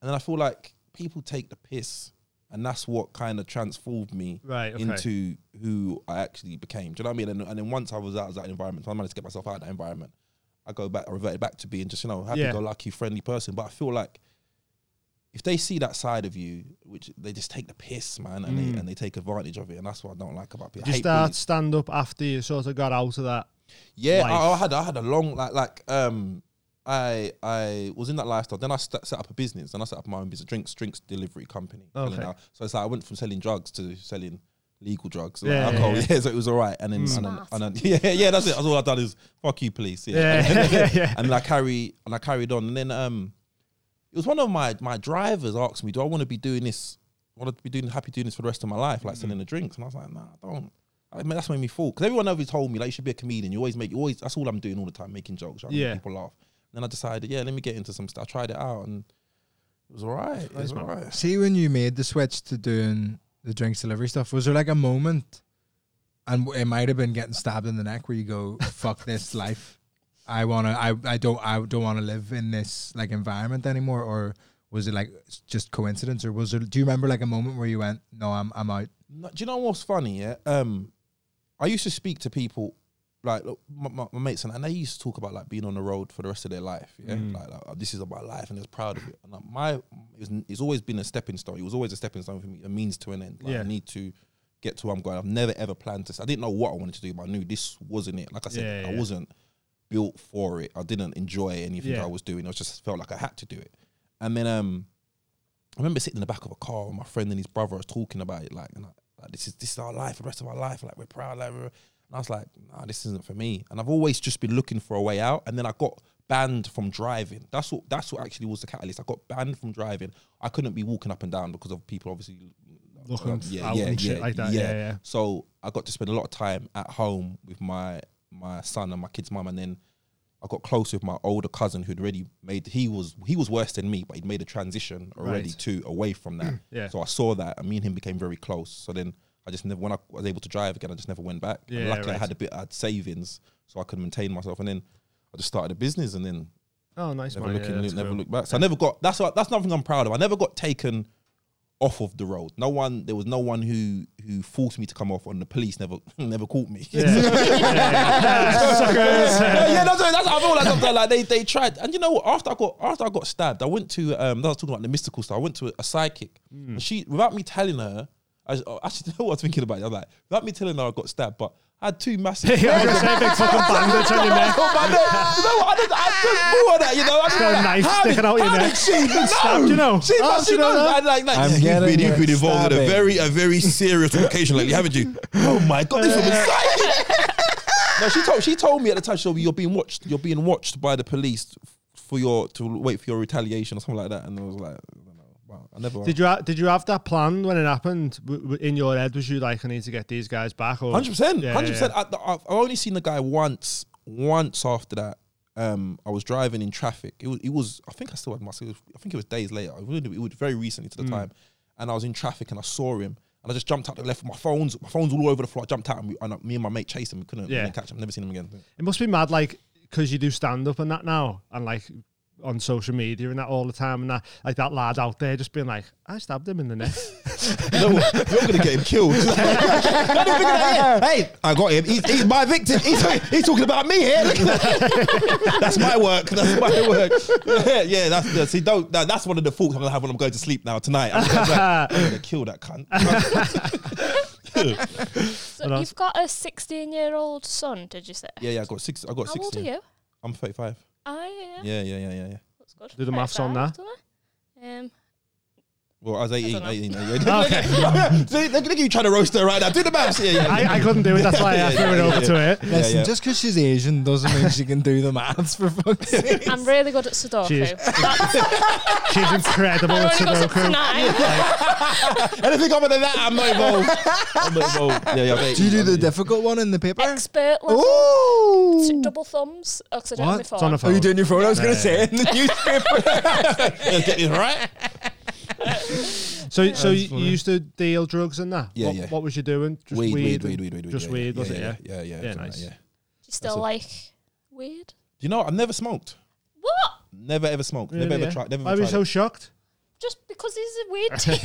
C: And then I feel like people take the piss, and that's what kind of transformed me
B: Right, okay.
C: into who I actually became. Do you know what I mean? And, and then once I was out of that environment, so I managed to get myself out of that environment. I go back, I reverted back to being just you know happy go lucky, friendly person. But I feel like if they see that side of you, which they just take the piss, man, and
B: Mm.
C: they and they take advantage of it, and that's what I don't like about people.
B: Did you
C: I hate
B: start
C: bullies.
B: stand up after you sort of got out of that?
C: Yeah, I, I
B: life?
C: had I had a long like like um I I was in that lifestyle. Then I st- set up a business. Then I set up my own business, drinks drinks delivery company. selling
B: Okay.
C: al- So it's like I went from selling drugs to selling legal drugs, like
B: Yeah,
C: alcohol.
B: yeah,
C: Yeah, so it was all right. And then, and then,
A: Smart.
C: and then yeah, yeah, that's it. That's all I've done is fuck you, police. Yeah.
B: Yeah, yeah, yeah.
C: and then I carry and I carried on. And then um, it was one of my my drivers asked me, "Do I want to be doing this? Want to be doing happy doing this for the rest of my life, like selling the drinks?" And I was like, "Nah, I don't." I mean, that's made me fall because everyone ever told me like you should be a comedian. You always make you always. That's all I'm doing all the time, making jokes. Right?
B: Yeah.
C: Yeah, people laugh. And then I decided, yeah, let me get into some stuff. I tried it out and it was alright. It was
B: man.
C: alright.
D: See, when you made the switch to doing the drinks delivery stuff, was there like a moment, and it might have been getting stabbed in the neck, where you go, "Fuck this life, I wanna, I, I don't, I don't want to live in this like environment anymore," or was it like s- just coincidence, or was there? Do you remember like a moment where you went, "No, I'm, I'm out."
C: No, do you know what's funny? Yeah, um, I used to speak to people like look, my, my, my mates and, and they used to talk about like being on the road for the rest of their life. Yeah,
B: Mm.
C: like, like, this is my life and they're proud of it. And like, my it was, it's always been a stepping stone. It was always a stepping stone for me, a means to an end. Like,
B: Yeah.
C: I need to get to where I'm going. I've never ever planned to. I didn't know what I wanted to do, but I knew this wasn't it. Like I said,
B: Yeah,
C: I
B: yeah.
C: wasn't built for it. I didn't enjoy anything
B: Yeah.
C: I was doing. I just felt like I had to do it. And then um, I remember sitting in the back of a car with my friend and his brother was talking about it, like, and I, like this is this is our life, the rest of our life, like we're proud, like. we're- And I was like, nah, this isn't for me. And I've always just been looking for a way out. And then I got banned from driving. That's what that's what actually was the catalyst. I got banned from driving. I couldn't be walking up and down because of people obviously
B: Looking
C: um,
B: out and shit like that, yeah, yeah.
C: So I got to spend a lot of time at home with my my son and my kid's mum, and then I got close with my older cousin who'd already made he was he was worse than me, but he'd made a transition already
B: Right.
C: too away from that.
B: Yeah.
C: So I saw that, and me and him became very close. So then I just never when I was able to drive again, I just never went back. And
B: Yeah,
C: luckily I
B: right.
C: had a bit, I had savings, so I could maintain myself, and then. I just started a business and then
B: Oh, nice
C: never
B: man.
C: looking,
B: yeah,
C: look-
B: that's
C: never
B: cool.
C: looked back. So I never got. That's what, that's nothing I'm proud of. I never got taken off of the road. No one. There was no one who who forced me to come off. And the police never never caught me.
B: Yeah. Yeah. Suckers.
C: yeah, yeah, that's, what- that's I feel like sometimes like they they tried, and you know what? After I got after I got stabbed, I went to um. I was talking about the mystical stuff. I went to a, psychic,
B: Hmm.
C: and she without me telling her. I was- oh, actually, you know what I was thinking about? I'm like, without me telling her I got stabbed, but I had two massive.
B: Yeah, I was gonna say, big fucking bandage on your neck.
C: Oh, my neck. You know what? I just, I just blew on that. You know, I just
B: Got a
C: like,
B: knife
C: how
B: sticking
C: did,
B: out your
C: how
B: neck.
C: did she even know?
B: stabbed, you know.
C: She
B: Oh,
C: must
B: she
C: she knows.
B: don't know.
C: Like, like, like,
D: I'm
C: you've
D: getting
C: been,
D: it.
C: you've been involved in a
D: Stabbing.
C: very, a very serious altercation lately, haven't you? Oh my god, this woman's psychic. no, she told she told me at the time. She told me you're being watched. You're being watched by the police for your to wait for your retaliation or something like that. And I was like, I don't know. wow, I never.
B: Did you ha- did you have that planned when it happened? W- w- in your head, was you like, I need to get these guys back? Or
C: Hundred percent,
B: Yeah, yeah,
C: hundred percent. I- I've I've only seen the guy once, once after that, um, I was driving in traffic. It was, it was I think I still had my, I think it was days later. It was, it was very recently to the
B: Mm.
C: time. And I was in traffic and I saw him and I just jumped out the left. My phone's, my phone's all over the floor. I jumped out and, we, and uh, me and my mate chased him. We couldn't, we
B: Yeah.
C: couldn't catch him. Never seen him again.
B: It must be mad, like, because you do stand up and that now, and like on social media and that all the time, and that, like, that lad out there just being like, I stabbed him in the neck.
C: You know what? You're going to get him killed. Don't even look at that here. hey, I got him. He's, he's my victim. He's, he's talking about me here. Look at that. that's my work. That's my work. yeah, that's yeah, see, don't. that- that's one of the thoughts I'm going to have when I'm going to sleep now tonight. I'm going to kill that cunt.
B: What
A: So
B: else?
A: you've got a 16 year old son, did you say?
C: yeah, yeah. I got six. I got
A: How
C: six.
A: old are you?
C: I'm 35.
A: I yeah.
C: Yeah, yeah, yeah, yeah. yeah.
A: That's good.
B: Do the maths on
A: 35, don't I? Um,
C: Well, I was 18,
A: don't know.
C: 18. Yeah, yeah. See, look, look at you trying to roast her right now. Do the maths. Yeah, yeah.
B: I, I couldn't do it, that's why I
C: Yeah,
B: threw it
C: yeah,
B: over
C: yeah.
B: to it.
D: Listen,
C: yeah.
D: just because she's Asian doesn't mean she can do the maths for fuck's sake.
A: I'm really good at Sudoku.
B: Cheers.
A: That's,
B: She's incredible
A: I
B: at
A: only got up to
B: Sudoku.
A: nine.
C: Anything other than that, I'm not involved. I'm not involved. Yeah, yeah. I'm
D: Do you do
C: 18,
D: the
C: yeah.
D: difficult one in the paper?
A: Expert level. Two-
D: Ooh.
A: Double thumbs. Oh, 'cause I don't
B: What?
A: have my
B: It's
A: phone.
B: on a
D: Are
B: phone.
D: you doing your phone? I was going to say it in the newspaper.
C: Yeah, get this right.
B: So, so you, you used to deal drugs and that?
C: Yeah,
B: what,
C: yeah.
B: What was you doing? Just
C: weed, weed,
B: and-
C: weed, weed, weed, weed.
B: Just
C: yeah,
B: weed,
C: yeah,
B: was
C: yeah,
B: it? Yeah.
C: Yeah, yeah, yeah.
B: Yeah,
C: something like
B: nice.
C: that, yeah.
A: Do you still
C: a-
A: like weird?
C: Do you know, I've never smoked.
A: What?
C: Never ever smoked.
B: Really,
C: never ever
B: yeah.
C: tried. Never
B: Why were
C: ever
B: you so
C: tried.
B: shocked?
A: Just because he's a weird dealer?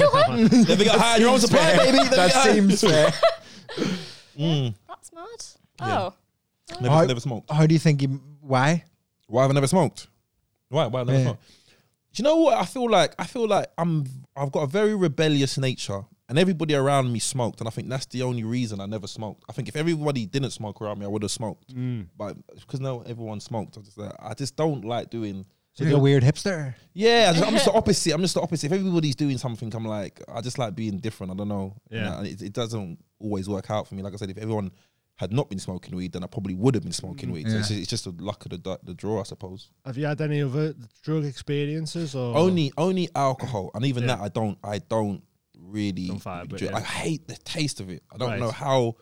C: it. Never got high on your own supply, baby. Never
D: that
C: got high.
D: seems fair.
A: That's mad.
C: Yeah.
A: Oh.
C: Never,
D: Alright.
C: never smoked.
D: How do you think he? Why?
C: Why have I never smoked? Why? Why have I never
D: Yeah.
C: smoked? Do you know what? I feel like I feel like I'm. I've got a very rebellious nature, and everybody around me smoked, and I think that's the only reason I never smoked. I think if everybody didn't smoke around me, I would have smoked.
B: Mm.
C: But because now everyone smoked, I just like, I just don't like doing.
D: You're like a weird hipster.
C: Yeah, I just- I'm just the opposite. I'm just the opposite. If everybody's doing something, I'm like, I just like being different. I don't know.
B: Yeah.
C: And it, it doesn't always work out for me. Like I said, if everyone had not been smoking weed, then I probably would have been smoking weed. So it's, just, it's just the luck of the, du- the draw, I suppose.
B: Have you had any other drug experiences or
C: Only, only alcohol, and even
B: Yeah.
C: that, I don't, I don't really.
B: Don't vibe with
C: do it.
B: it.
C: Like, I hate the taste of it. I don't
B: Right.
C: know how.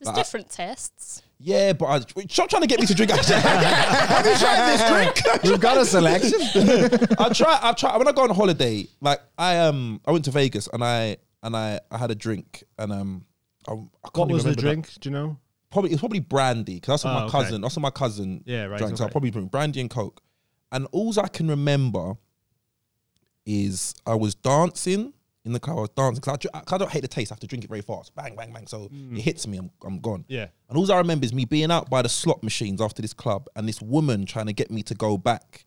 A: There's
C: Like, I-
A: different tastes.
C: Yeah, but I, stop trying to get me to drink. Have you tried this drink?
D: We've got a selection.
C: I try. I try. When I go on holiday, like I um, I went to Vegas and I and I, I had a drink and um, I, I can't
B: what
C: even
B: was the
C: remember that.
B: drink? Do you know?
C: Probably it's probably brandy because that's what
B: Oh,
C: my
B: okay.
C: cousin. That's what my cousin.
B: Yeah, right,
C: Drank, So I
B: okay.
C: probably drink brandy and coke. And all I can remember is I was dancing in the car. I was dancing because I, dr- 'cause I don't hate the taste. I have to drink it very fast. Bang, bang, bang. So it hits me. I'm I'm gone.
B: Mm. Yeah.
C: And all I remember is me being out by the slot machines after this club and this woman trying to get me to go back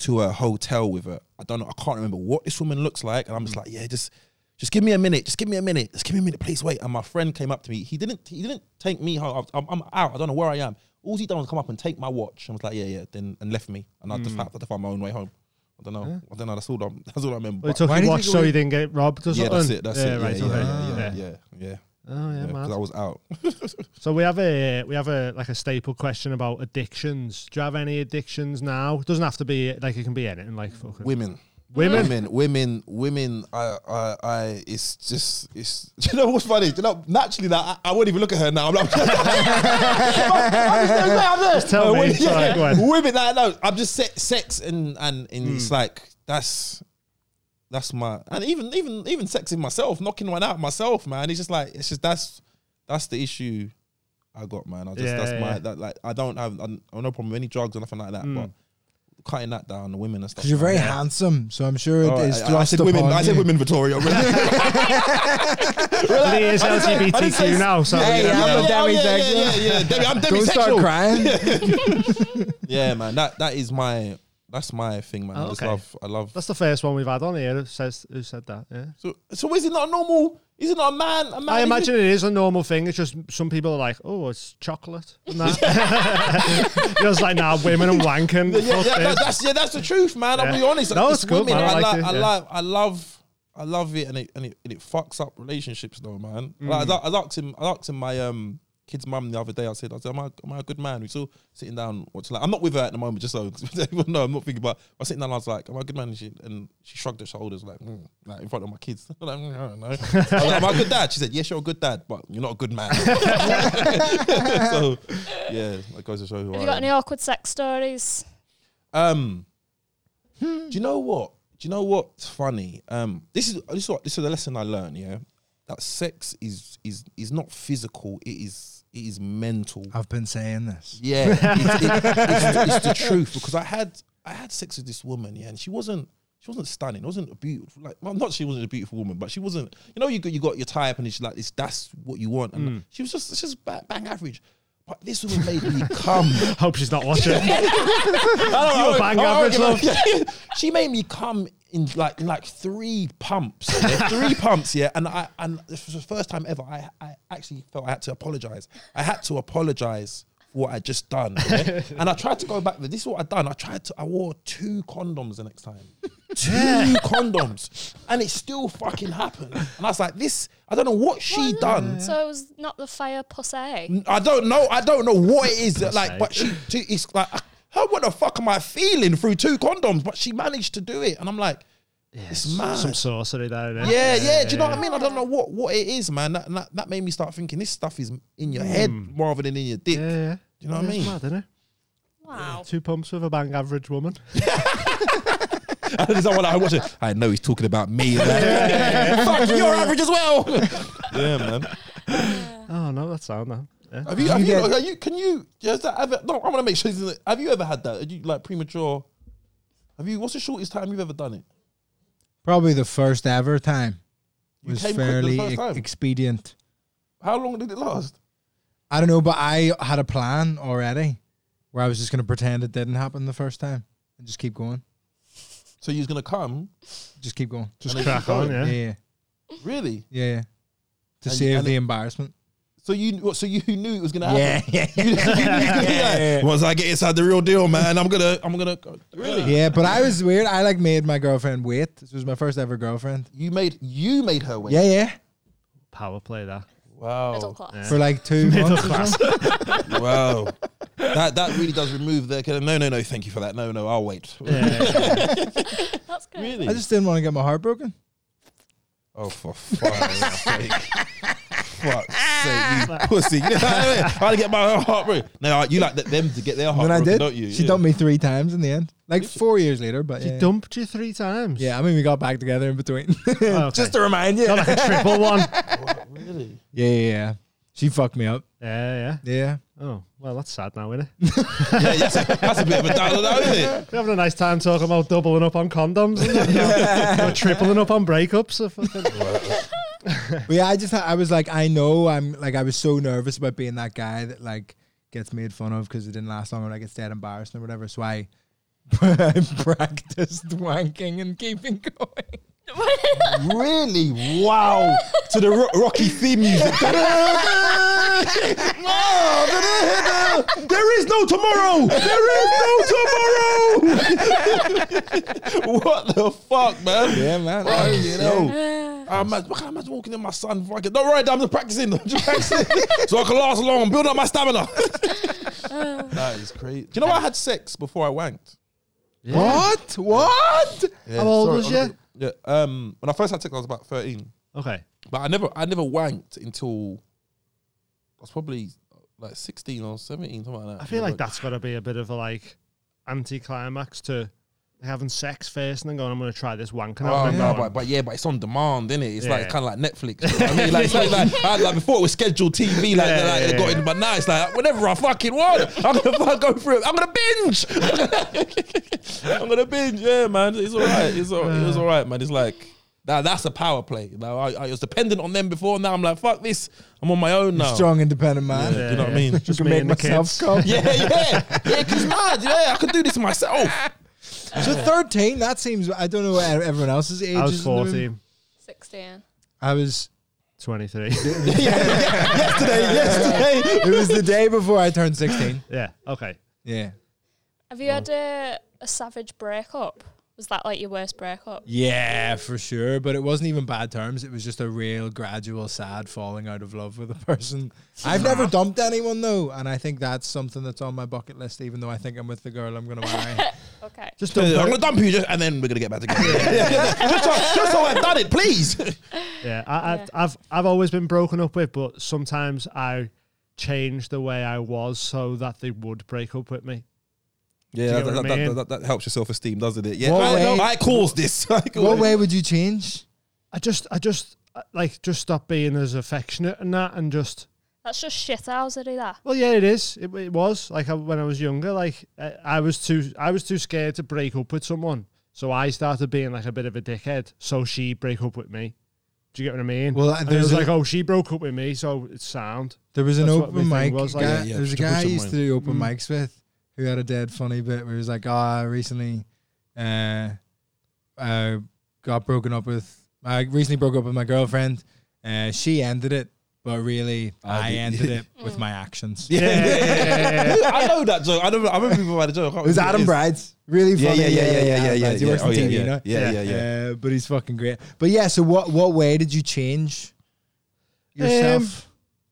C: to her hotel with her. I don't know, I can't remember what this woman looks like. And I'm
B: Mm.
C: just like, yeah, just just give me a minute, just give me a minute, just give me a minute, please wait. And my friend came up to me. He didn't he didn't take me home. I'm, I'm out, I don't know where I am. All he done was come up and take my watch. and was like, yeah, yeah, then and left me. And I just
B: Mm.
C: had to find my own way home. I don't know. I don't know. That's all. i that's all I remember.
B: Well, you took
D: Why
B: your
D: did
B: watch
D: you
B: so
D: go-
B: you didn't get robbed or
C: yeah,
B: something?
C: that's it. That's it.
B: right,
C: yeah,
B: okay.
C: yeah, yeah, yeah, yeah, yeah.
B: Oh, yeah,
C: Because
B: mad.
C: I was out.
B: So we have a we have a like a staple question about addictions. Do you have any addictions now? It doesn't have to be like it can be anything. Like fucking
C: Women.
B: Women?
C: women, women, women. I, I, I. It's just, it's. Do you know what's funny? Do you know? Naturally, now I, I won't even look at her now. I'm like, I'm just, I'm just
B: tell me.
C: women-
B: Sorry, go ahead.
C: women. Like, no, I'm just se- sex and and and it's
B: Hmm.
C: like that's that's my and even even even sexing myself, knocking one out myself, man. It's just like it's just that's that's the issue I got, man. I just
B: Yeah,
C: that's
B: yeah, Hmm.
C: my
B: yeah.
C: that like I don't have I don't I have no problem with any drugs or nothing like that, but. Cutting that down, the women and stuff.
D: Because you're
C: man.
D: very handsome, so I'm sure
C: All
D: it
C: right,
D: is
C: I, I
D: thrust
C: said women.
D: upon
C: I said
D: you.
C: women, Vittorio. Relax.
B: But it is
C: I didn't say- I didn't
B: LGBTQ
C: say-
B: now, so
D: Hey,
B: you
D: I'm
B: know.
D: a
C: yeah, oh, yeah, yeah,
D: demisexual.
C: yeah, yeah, yeah. Demi- I'm
D: Don't start
C: demisexual.
D: crying.
C: Yeah, man. That that is my that's my thing, man. I
B: Oh,
C: just
B: okay.
C: love. I love.
B: that's the first one we've had on here. Who says who said that? Yeah.
C: So, so is it not a normal? Is it not a man? A man
B: I
C: is
B: imagine
C: It,
B: it is a normal thing. It's just some people are like, "Oh, it's chocolate." And that. You're just like, "Nah, women and wanking."
C: yeah,
B: Fuck this.
C: yeah, that, that's yeah, that's the truth, man. I'll
B: Yeah.
C: be honest.
B: No, it's
C: It's
B: good,
C: women.
B: man. I
C: I,
B: like
C: like,
B: it,
C: I,
B: yeah.
C: like, I love. I
B: Mm.
C: love it, and it and it, and it fucks up relationships, though, man. Like, I, was- I was asking, I was asking my um kid's mum the other day. I said, I said, am I, am I a good man? We still sitting down watching. Like, I'm not with her at the moment, just so 'cause everyone know I'm not thinking about. I was sitting down. I was like, am I a good man? And she, and she shrugged her shoulders like, mm, like in front of my kids. I'm like, mm, I don't know. I was like, am I a good dad? She said, yes, you're a good dad, but you're not a good man. so yeah, that goes to show who
A: Have
C: I
A: you got
C: am.
A: any awkward sex stories?
C: Um, do you know what? Do you know what's funny? Um, this is this is what this is the lesson I learned. Yeah, that sex is is is not physical. It is it is mental.
D: I've been saying this.
C: Yeah, it's, it- it's- it's the truth because I had I had sex with this woman, yeah, and she wasn't she wasn't stunning, wasn't a beautiful like well, not she wasn't a beautiful woman, but she wasn't. You know, you got you got your type, and it's like it's that's what you want, and she was just it's just bang, bang average. But this woman made me come.
B: Hope she's not watching.
C: I don't
B: You were
C: know, I
B: bang
C: don't-
B: average,
C: I don't
B: love.
C: give a- Yeah. She made me come in like in like three pumps, yeah, three pumps, yeah. And I and this was the first time ever I I actually felt I had to apologize. I had to apologize for what I just done, yeah. and I tried to go back. But this is what I done. I tried to. I wore two condoms the next time. Two condoms, and it still fucking happened. And I was like, "This, I don't know what she done.
A: So it was not the fire pussy.
C: I don't know. I don't know what it is. That, like,
B: sake.
C: but she, she it's like, how what the fuck am I feeling through two condoms? But she managed to do it, and I'm like, it's mad.
B: Some sorcery there. innit?
C: yeah, yeah. Do you know what I mean? I don't know what what it is, man. That that, that made me start thinking this stuff is in your head rather than in your dick.
B: Yeah, yeah.
C: Do you know what I
B: It's
C: mean?
B: mad, innit?
A: Wow.
B: Two pumps with a bang average woman.
C: Is that what I watch it? I know he's talking about me. man. Fuck, you're average as well. yeah, man.
B: Oh no, that's sound man. Yeah.
C: Have you?
D: Did
C: Have
D: you
C: you,
D: get-
C: are you can you? Has that ever? No, I want to make sure. this isn't- Have you ever had that? Are you like premature? Have you? What's the shortest time you've ever done it?
D: Probably the first ever time
C: You
D: was
C: came quick the
D: fairly
C: first
D: e-
C: time?
D: expedient.
C: How long did it last?
D: I don't know, but I had a plan already where I was just going to pretend it didn't happen the first time and just keep going.
C: So you was gonna come?
D: Just keep going.
B: Just
C: And
B: crack
C: it's
B: on,
C: going.
D: Yeah,
B: yeah.
D: yeah,
C: Really?
D: yeah. yeah. To
C: And-
D: save
C: and
D: the
C: it-
D: embarrassment.
C: So you? what, So you knew it was gonna happen?
D: yeah,
C: You- you knew it was gonna be like, Once I get inside the real deal, man, I'm gonna, I'm gonna. go." Really?
D: yeah. But I was weird. I like made my girlfriend wait. This was my first ever girlfriend.
C: You made, you made her wait.
D: Yeah, yeah.
B: Power play that.
A: Middle
C: Wow.
A: class.
B: Yeah.
D: For like two months.
C: Wow. That that really does remove the. No, no, no. Thank you for that. No, no. I'll wait.
A: That's good.
C: Really?
D: I just didn't want to get my heart broken.
C: Oh, for fuck's sake. Fuck's sake, you pussy. You know what I mean? I had to get my own heart broken. Now, you like them to get their heart
D: And then I
C: Oh, broken,
D: did.
C: don't you?
D: She
C: Yeah.
D: dumped me three times in the end. Like four years later, but
B: She
D: yeah.
B: dumped you three times.
D: Yeah, I mean, we got back together in between.
B: Oh, okay.
D: Just to remind you.
B: Got
D: Yeah,
B: like a triple one.
C: Really?
D: yeah, yeah. She fucked me up.
B: Yeah,
D: Yeah.
B: yeah. Oh, well, that's sad now, isn't it?
C: Yeah, that's a, that's a bit of a downer, though, isn't it?
B: We're having a nice time talking about doubling up on condoms. isn't it? Or tripling up on breakups. or fucking-
D: But yeah, I just I was like, I know I'm like I was so nervous about being that guy that like gets made fun of because it didn't last long or like it's dead embarrassing or whatever. So I practiced wanking and keeping going.
C: Really? Wow. to the ro- Rocky theme music. No, there is no tomorrow. There is no tomorrow. what the fuck, man?
D: Yeah, man.
C: Oh, you know. I'm mad. I can't imagine walking in my son. Fucking, don't worry, I'm just practicing. I'm just practicing. so I can last long. I'm building up my stamina. that is crazy. Do you know I had sex before I wanked?
D: What? What?
B: How old was you?
C: Yeah. Um, when I first had sex, I was about 13.
B: Okay.
C: But I never, I never wanked until I was probably like sixteen or seventeen, something like that.
B: I feel like that's got to be a bit of a like anticlimax to having sex first and then going, I'm going to try this wanking
C: Oh,
B: out. and then
C: no,
B: going,
C: but, but yeah, but it's on demand, isn't it? It's like
B: Yeah.
C: kind of like Netflix. You know what I mean, like, it's like, like, I- like before it was scheduled
B: Yeah,
C: TV, like, like
B: yeah,
C: they got
B: yeah.
C: in, but now it's like whenever I fucking want, I'm gonna fuck go through it. I'm gonna binge. I'm gonna binge. Yeah, man, it's all right. It's all, it was all right, man. It's like. That, that's a power play. Now I, I was dependent on them before. Now I'm like, fuck this. I'm on my own now.
D: Strong, independent man.
C: you know what I mean?
B: Just
D: Can
B: me
D: make
B: and the
D: myself
B: kids.
D: come.
C: Yeah, yeah, yeah. Cause mad, yeah, I could do this myself.
D: So thirteen. That seems. I don't know what everyone else's age.
B: I
D: is
B: was
D: in the
B: 14,
D: room.
A: 16.
D: I was.
B: 23.
C: Yesterday,
D: It was the day before I turned sixteen.
B: yeah, okay.
D: Yeah.
C: Oh.
A: Have you had a, a savage breakup? Was Was that like your worst breakup?
D: Yeah, for sure. But it wasn't even bad terms. It was just a real gradual, sad falling out of love with a person. I've never dumped anyone though, and I think that's something that's on my bucket list. Even though I think I'm with the girl I'm gonna marry.
A: Okay.
B: Just
C: I'm
B: don't.
C: gonna dump you, just, and then we're gonna get back together. just, so, just so I've done it, please.
B: Yeah, I,
A: Yeah.
B: I, I've I've always been broken up with, but sometimes I change the way I was so that they would break up with me.
C: Yeah,
B: Do you
C: that,
B: know
C: that,
B: what I
C: that,
B: mean?
C: that, that helps your self esteem, doesn't it? Yeah,
D: What
C: I,
D: way-
C: I caused this. I caused
D: what
C: it.
D: way would you change?
B: I just I just uh, like just stop being as affectionate and that, and just
A: That's just shit shithousery, that.
B: well, yeah, it is. It, it was like I, when I was younger, like I, I was too I was too scared to break up with someone, so I started being like a bit of a dickhead. So she break up with me. Do you get what I mean?
D: Well,
B: and it
D: there's
B: was
D: a-
B: like, oh, she broke up with me, so it's sound.
D: There was an
B: That's what
D: open
B: my
D: mic.
B: thing was,
D: guy,
B: like-
C: Yeah, yeah,
D: there was a
C: to put
D: guy I
C: some
D: used to
C: mind.
D: do open
B: Mm.
D: mics with who had a dead funny bit where he was like, "Oh, I recently uh, uh, got broken up with. I recently broke up with my girlfriend. Uh, she ended it, but really,
C: I
D: I,
C: did."
D: ended it with my actions."
C: Ah, Yeah, yeah, yeah,
B: yeah, yeah, yeah.
C: I know that joke. I remember. I remember people about the joke. I can't
D: It was
C: remember
D: Adam
C: who it
D: Brides. Really
C: is. Yeah,
D: funny.
C: yeah, yeah, yeah, yeah,
D: Adam
C: yeah,
D: Brides. He
C: yeah.
D: works
C: Oh,
D: on
C: yeah,
D: TV, you
C: yeah,
D: know.
C: yeah, yeah, yeah.
D: Uh, but he's fucking great. But yeah, so what what way did you change yourself?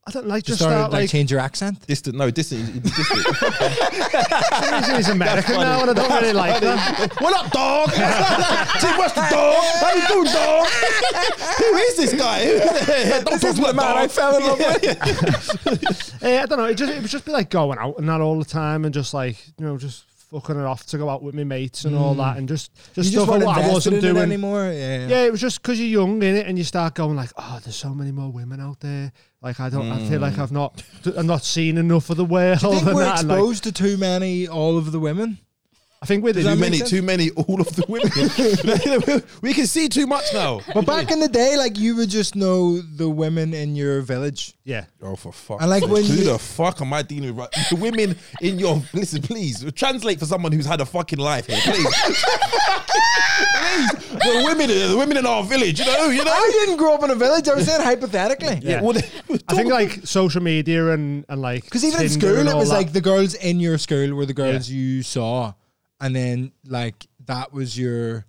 B: I don't like
D: just
B: just
D: started
B: Um, start
D: like
B: like
D: change your accent.
C: Distant, no, distant, distant.
B: he's American now, and I don't really like that.
C: what up, dog? Team West, dog. How you doing, dog? Who is this guy? this
D: is the man I fell in love
C: with.
B: Uh, I don't know. It just it would just be like going out and that all the time, and just like you know, just fucking it off to go out with my mates and all that, and just just
D: Mm. You just
B: stuff
D: weren't
B: that I
D: invested
B: wasn't
D: in it
B: doing.
D: anymore. Yeah.
B: Yeah, it was just because you're young in it, and you start going like, oh, there's so many more women out there. Like I don't, I feel like I've not, I'm not seen enough of the world.
D: I Mm. think
B: and
D: we're
B: that, and, like,
D: exposed to too many all of the women.
B: I think we're
C: Too
D: that
C: many,
D: make
C: too many, all of the women. we can see too much now.
D: But back in the day, like you would just know the women in your village.
B: yeah.
C: Oh, for fuck.
D: And like when
C: Who
D: you-
C: the fuck am I dealing with? The women in your. Listen, please, translate for someone who's had a fucking life here, please. please. The women, the women in our village, you know, you know?
D: I didn't grow up in a village. I was saying hypothetically.
B: Yeah.
C: Well,
B: I think like social media and and like
D: Because even in
B: Tinder
D: school,
B: and
D: it
B: all
D: was
B: that.
D: like the girls in your school were the girls you saw, and then like that was your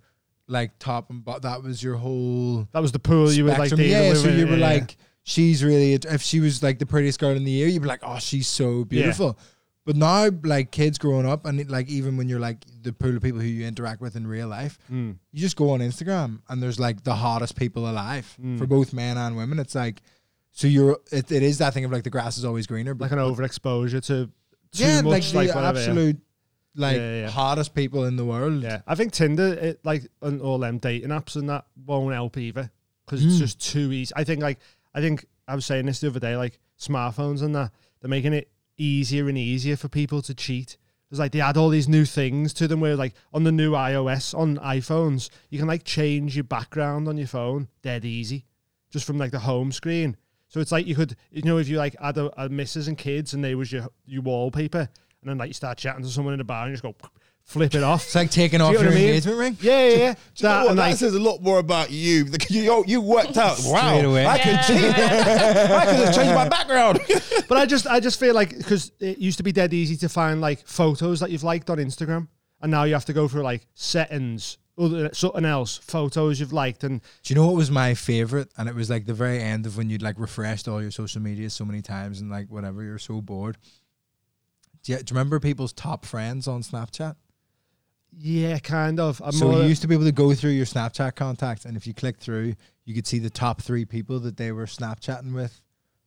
D: like top and but that was your whole
B: that was the pool you were like
D: spectrum.
B: dealing
D: yeah,
B: with.
D: so you were
B: yeah.
D: like, she's really if she was like the prettiest girl in the year, you'd be like, oh, she's so beautiful. But now, like kids growing up, and it, like even when you're like the pool of people who you interact with in real life,
B: Mm.
D: you just go on Instagram and there's like the hottest people alive
B: Mm.
D: for both men and women. It's like, so you're it, it is that thing of like the grass is always greener, but
B: like an overexposure to too
D: yeah,
B: much,
D: like
B: like,
D: the
B: whatever, yeah.
D: absolute like
B: Yeah, yeah.
D: hottest people in the world.
B: Yeah, I think Tinder, it, like and all them dating apps and that, won't help either because it's just too easy. I think like I think I was saying this the other day, like smartphones and that they're making it easier and easier for people to cheat. It's like they add all these new things to them where like on the new iOS on iPhones, you can like change your background on your phone dead easy, just from like the home screen. So it's like you could, you know, if you like add a, a missus and kids and they was your your wallpaper, and then like you start chatting to someone in a bar and you just go flip it off.
D: It's like taking off
B: you know
D: your
B: what I mean?
D: engagement ring.
B: Yeah, yeah, yeah.
C: Do you know
B: That
C: what?
B: and
C: that
B: like,
C: says a lot more about you. You, you worked out. Wow,
D: Straight away.
C: I can change. I can just change my background.
B: but I just, I just feel like because it used to be dead easy to find like photos that you've liked on Instagram, and now you have to go through like settings, other something else, photos you've liked, and
D: Do you know what was my favorite? And it was like the very end of when you'd like refreshed all your social media so many times and like whatever, you're so bored. Do you, do you remember people's top friends on Snapchat?
B: yeah, kind of. I'm
D: so
B: more,
D: you used to be able to go through your Snapchat contacts, and if you clicked through, you could see the top three people that they were Snapchatting with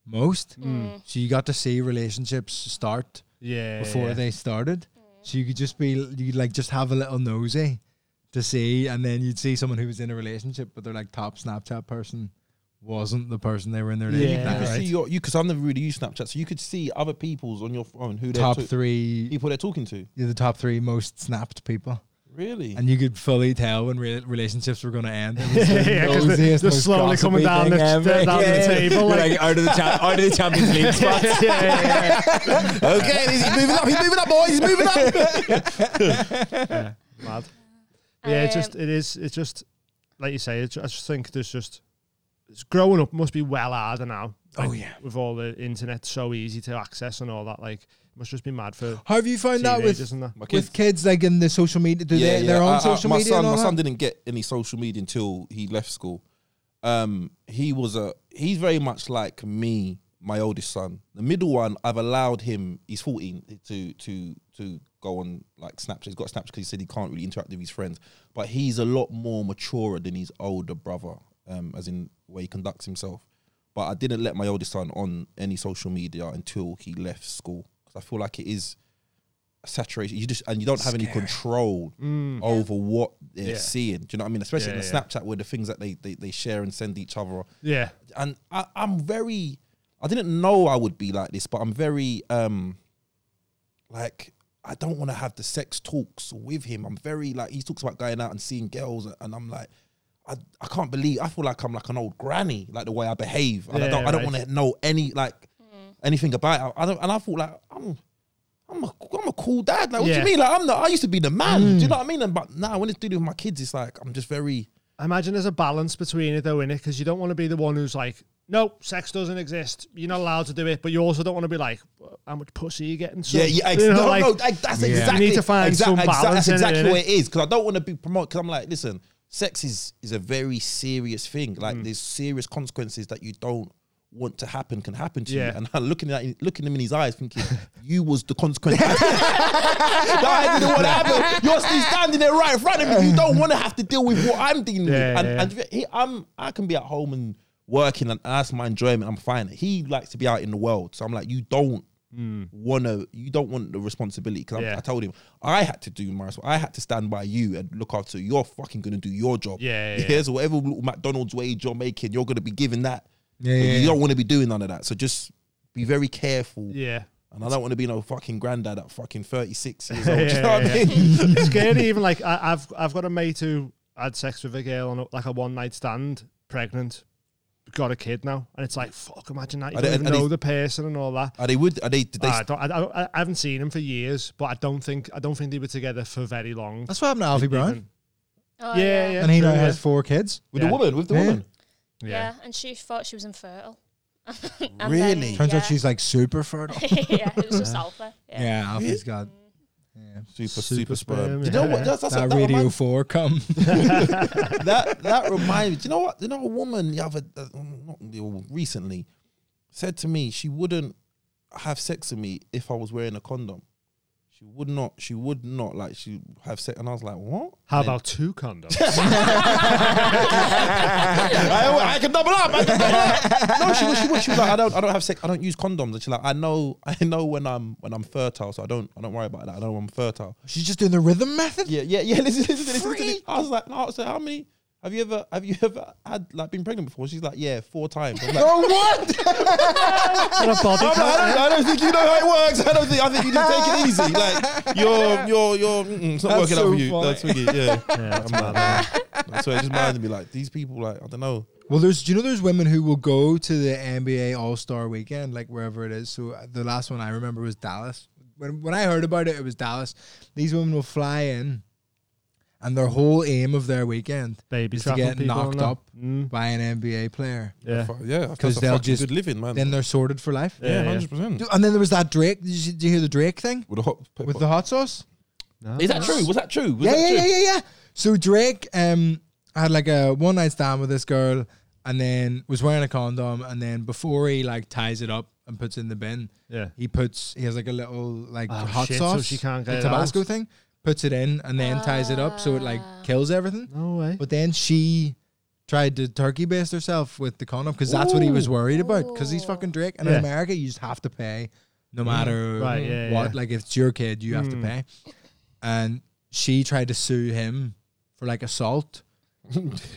D: most. So you got to see relationships start
B: yeah,
D: before
B: yeah.
D: they started. So you could just be, you'd like just have a little nosy to see, and then you'd see someone who was in a relationship, but they're like top Snapchat person wasn't the person they were in their
B: Yeah,
C: you could
D: relationship.
B: right.
C: see your you because I've never really used Snapchat, so you could see other people's on your phone who they're
D: Top
C: to-
D: three,
C: people they're talking to.
D: you're the top three most snapped people,
C: Really?
D: and you could fully tell when re- relationships were going to end. It was the
B: Yeah, 'cause they're-
D: nosiest,
B: they're
D: most
B: slowly coming
D: gossipy
B: down
D: thing
B: the-
D: ever.
B: down the table,
D: You're
B: like-
D: like out of the cha- out of the Champions League spot.
B: yeah, yeah, yeah.
C: okay, he's moving up. He's moving up, boys. He's moving up.
B: mad. Yeah, it's
A: Um,
B: just it is. It's just like you say. It's, I just think there's just it's growing up must be well harder now.
C: Oh,
B: Like,
C: yeah.
B: with all the internet so easy to access and all that, like must just be mad for
D: How have you found that
B: teenagers
D: with
B: and that.
C: My kids.
D: with kids like in the social media? Do they they're on
C: I- I-
D: social
C: uh, my
D: media?
C: Son,
D: and all
C: my son
D: that?
C: didn't get any social media until he left school. Um, he was a he's very much like me, my oldest son. The middle one, I've allowed him. He's fourteen to to to go on like Snapchat. He's got Snapchat because he said he can't really interact with his friends. But he's a lot more maturer than his older brother, um, as in where he conducts himself. But I didn't let my oldest son on any social media until he left school because I feel like it is saturation. You just and you don't have any control over what they're
B: Yeah.
C: seeing. Do you know what I mean? Especially
B: Yeah,
C: in the
B: yeah.
C: Snapchat where the things that they, they they share and send each other.
B: Yeah,
C: And I, I'm very I didn't know I would be like this, but I'm very um like I don't want to have the sex talks with him. I'm very like he talks about going out and seeing girls and I'm like I, I can't believe I feel like I'm like an old granny, like the way I behave. And I
B: Yeah,
C: don't I don't
B: right.
C: want to know any like anything about it. I don't and I thought like I'm I'm a, I'm a cool dad. Like, what do
B: Yeah. Mm.
C: you mean? Like, I'm the, I used to be the man. Do you know what I mean? And, but now, when it's to do with my kids, it's like, I'm just very,
B: I imagine there's a balance between it though, in it because you don't want to be the one who's like, no, sex doesn't exist. You're not allowed to do it, but you also don't want to be like, "Well, how much pussy are you getting? son?"
C: yeah, yeah, ex-
B: You know,
C: no,
B: like,
C: no, like, that's
D: Yeah. You
C: exactly.
B: need to find
C: exact-
B: some
C: exact-
B: balance
C: That's
B: in it,
C: exactly
B: innit?
C: what it is. Because I don't want to be promoted. Because I'm like, listen, sex is is a very serious thing.
B: Mm.
C: Like, there's serious consequences that you don't want to happen can happen to
B: Yeah.
C: you. And I'm looking at looking him in his eyes, thinking, you was the consequence. that I didn't want to happen. You're still standing there right in front of me. You don't want to have to deal with what I'm dealing
B: Yeah,
C: with.
B: yeah,
C: And, and he, I'm, I can be at home and working, and that's my enjoyment. I'm fine. He likes to be out in the world, so I'm like, you don't want to, you don't want the responsibility. Because
B: Hmm. Yeah.
C: I told him I had to do my, I had to stand by you and look after you. You're fucking gonna do your job.
B: Yeah, yeah, yeah.
C: Yes, so whatever little McDonald's wage you're making, you're gonna be giving that.
D: Yeah,
C: But
D: yeah,
C: You
D: yeah.
C: don't want to be doing none of that. So just be very careful.
B: yeah.
C: And I don't want to be no fucking granddad at fucking 36 years old. Do
B: Yeah,
C: you know what
B: yeah,
C: I mean?
B: it's scary. Even like I, I've I've got a mate who had sex with a girl on a, like a one night stand, pregnant, got a kid now, and it's like fuck. Imagine that you
C: Are
B: don't
C: they-
B: even
C: are they-
B: know the person and all that.
C: Are they would? Are they? Did they?
B: I, don't, I, don't- I, I haven't seen him for years, but I don't think I don't think they were together for very long.
D: That's what happened to Alfie Brown,
B: Even-
A: oh,
B: yeah, yeah,
D: and he
B: true,
D: now
B: yeah.
D: has four kids.
C: with
B: yeah.
C: the woman? With the
D: Yeah.
C: woman?
A: yeah,
B: yeah.
A: and she thought she was infertile.
C: Really?
D: Turns
A: yeah.
D: out she's like super fertile.
A: yeah, it was just alpha. Yeah. Mm.
D: yeah, Alfie's got. Yeah.
C: Super, super,
B: Super
C: sperm.
B: sperm,
C: Do you know
B: yeah.
C: what? That's, that's
D: that,
C: that,
D: Radio
C: reminds,
D: Four come.
C: that that reminds me. Do you know what? Do you know a woman the other uh, not the- recently said to me she wouldn't have sex with me if I was wearing a condom. She would not. She would not like she have sex. And I was like, what?
B: How
C: And then-
B: about two condoms?
C: I, I can double up. I can double up. No, she was, she was, she was like, I don't, I don't have sex. I don't use condoms. And she's like, I know, I know when I'm, when I'm fertile. So I don't, I don't worry about that. I know when I'm fertile.
D: she's just doing the rhythm method.
C: Yeah, yeah, yeah. Listen, listen, listen, listen.
D: Freak.
C: I was like, no. So how many? Have you ever, have you ever had like been pregnant before? She's like, yeah, four times. I'm like,
D: Oh what?
B: And a body
C: I'm like,
B: count.
C: I, don't, I don't think you know how it works. I don't think. I think you just take it easy. Like you're, you're, you're. Mm-mm, it's not
D: That's
C: working
D: so
C: out for you.
D: funny.
C: That's wicked. Yeah.
B: Yeah, that's mad, isn't it?
C: So it just reminded me like these people. Like I don't know.
D: Well, there's do you know there's women who will go to the NBA All Star Weekend, like wherever it is. So uh, the last one I remember was Dallas. When when I heard about it, it was Dallas. These women will fly in, and their whole aim of their weekend
B: Baby
D: is to
B: trapping
D: get
B: people
D: knocked
B: and that.
D: up
B: Mm,
D: by an NBA player.
B: yeah.
C: Fuck, Yeah,
D: Because
C: because
D: they'll
C: they'll
D: just-
C: just good living, man.
D: Then they're sorted for life.
B: Yeah,
C: yeah,
B: yeah.
C: hundred percent.
D: Dude, And then there was that Drake. Did you, did you hear the Drake thing
C: With a hot pepper.
D: with the hot sauce?
C: Is that true? Was that true? Was
D: yeah,
C: that
D: yeah,
C: true?
D: yeah, yeah, yeah. So Drake um had like a one night stand with this girl, and then was wearing a condom, and then before he like ties it up and puts it in the bin,
B: Yeah.
D: he puts he has like a little like
B: Oh,
D: hot
B: shit, so
D: sauce,
B: she can't
D: the
B: get it
D: Tabasco
B: out.
D: thing, puts it in, and then ties it up so it like kills everything.
B: No way.
D: But then she tried to turkey baste herself with the condom because that's what he was worried about because he's fucking Drake. And
B: Yeah.
D: in America, you just have to pay no matter
B: Right, yeah,
D: what.
B: yeah. Hmm.
D: Like if it's your kid, you have to pay. And she tried to sue him for like assault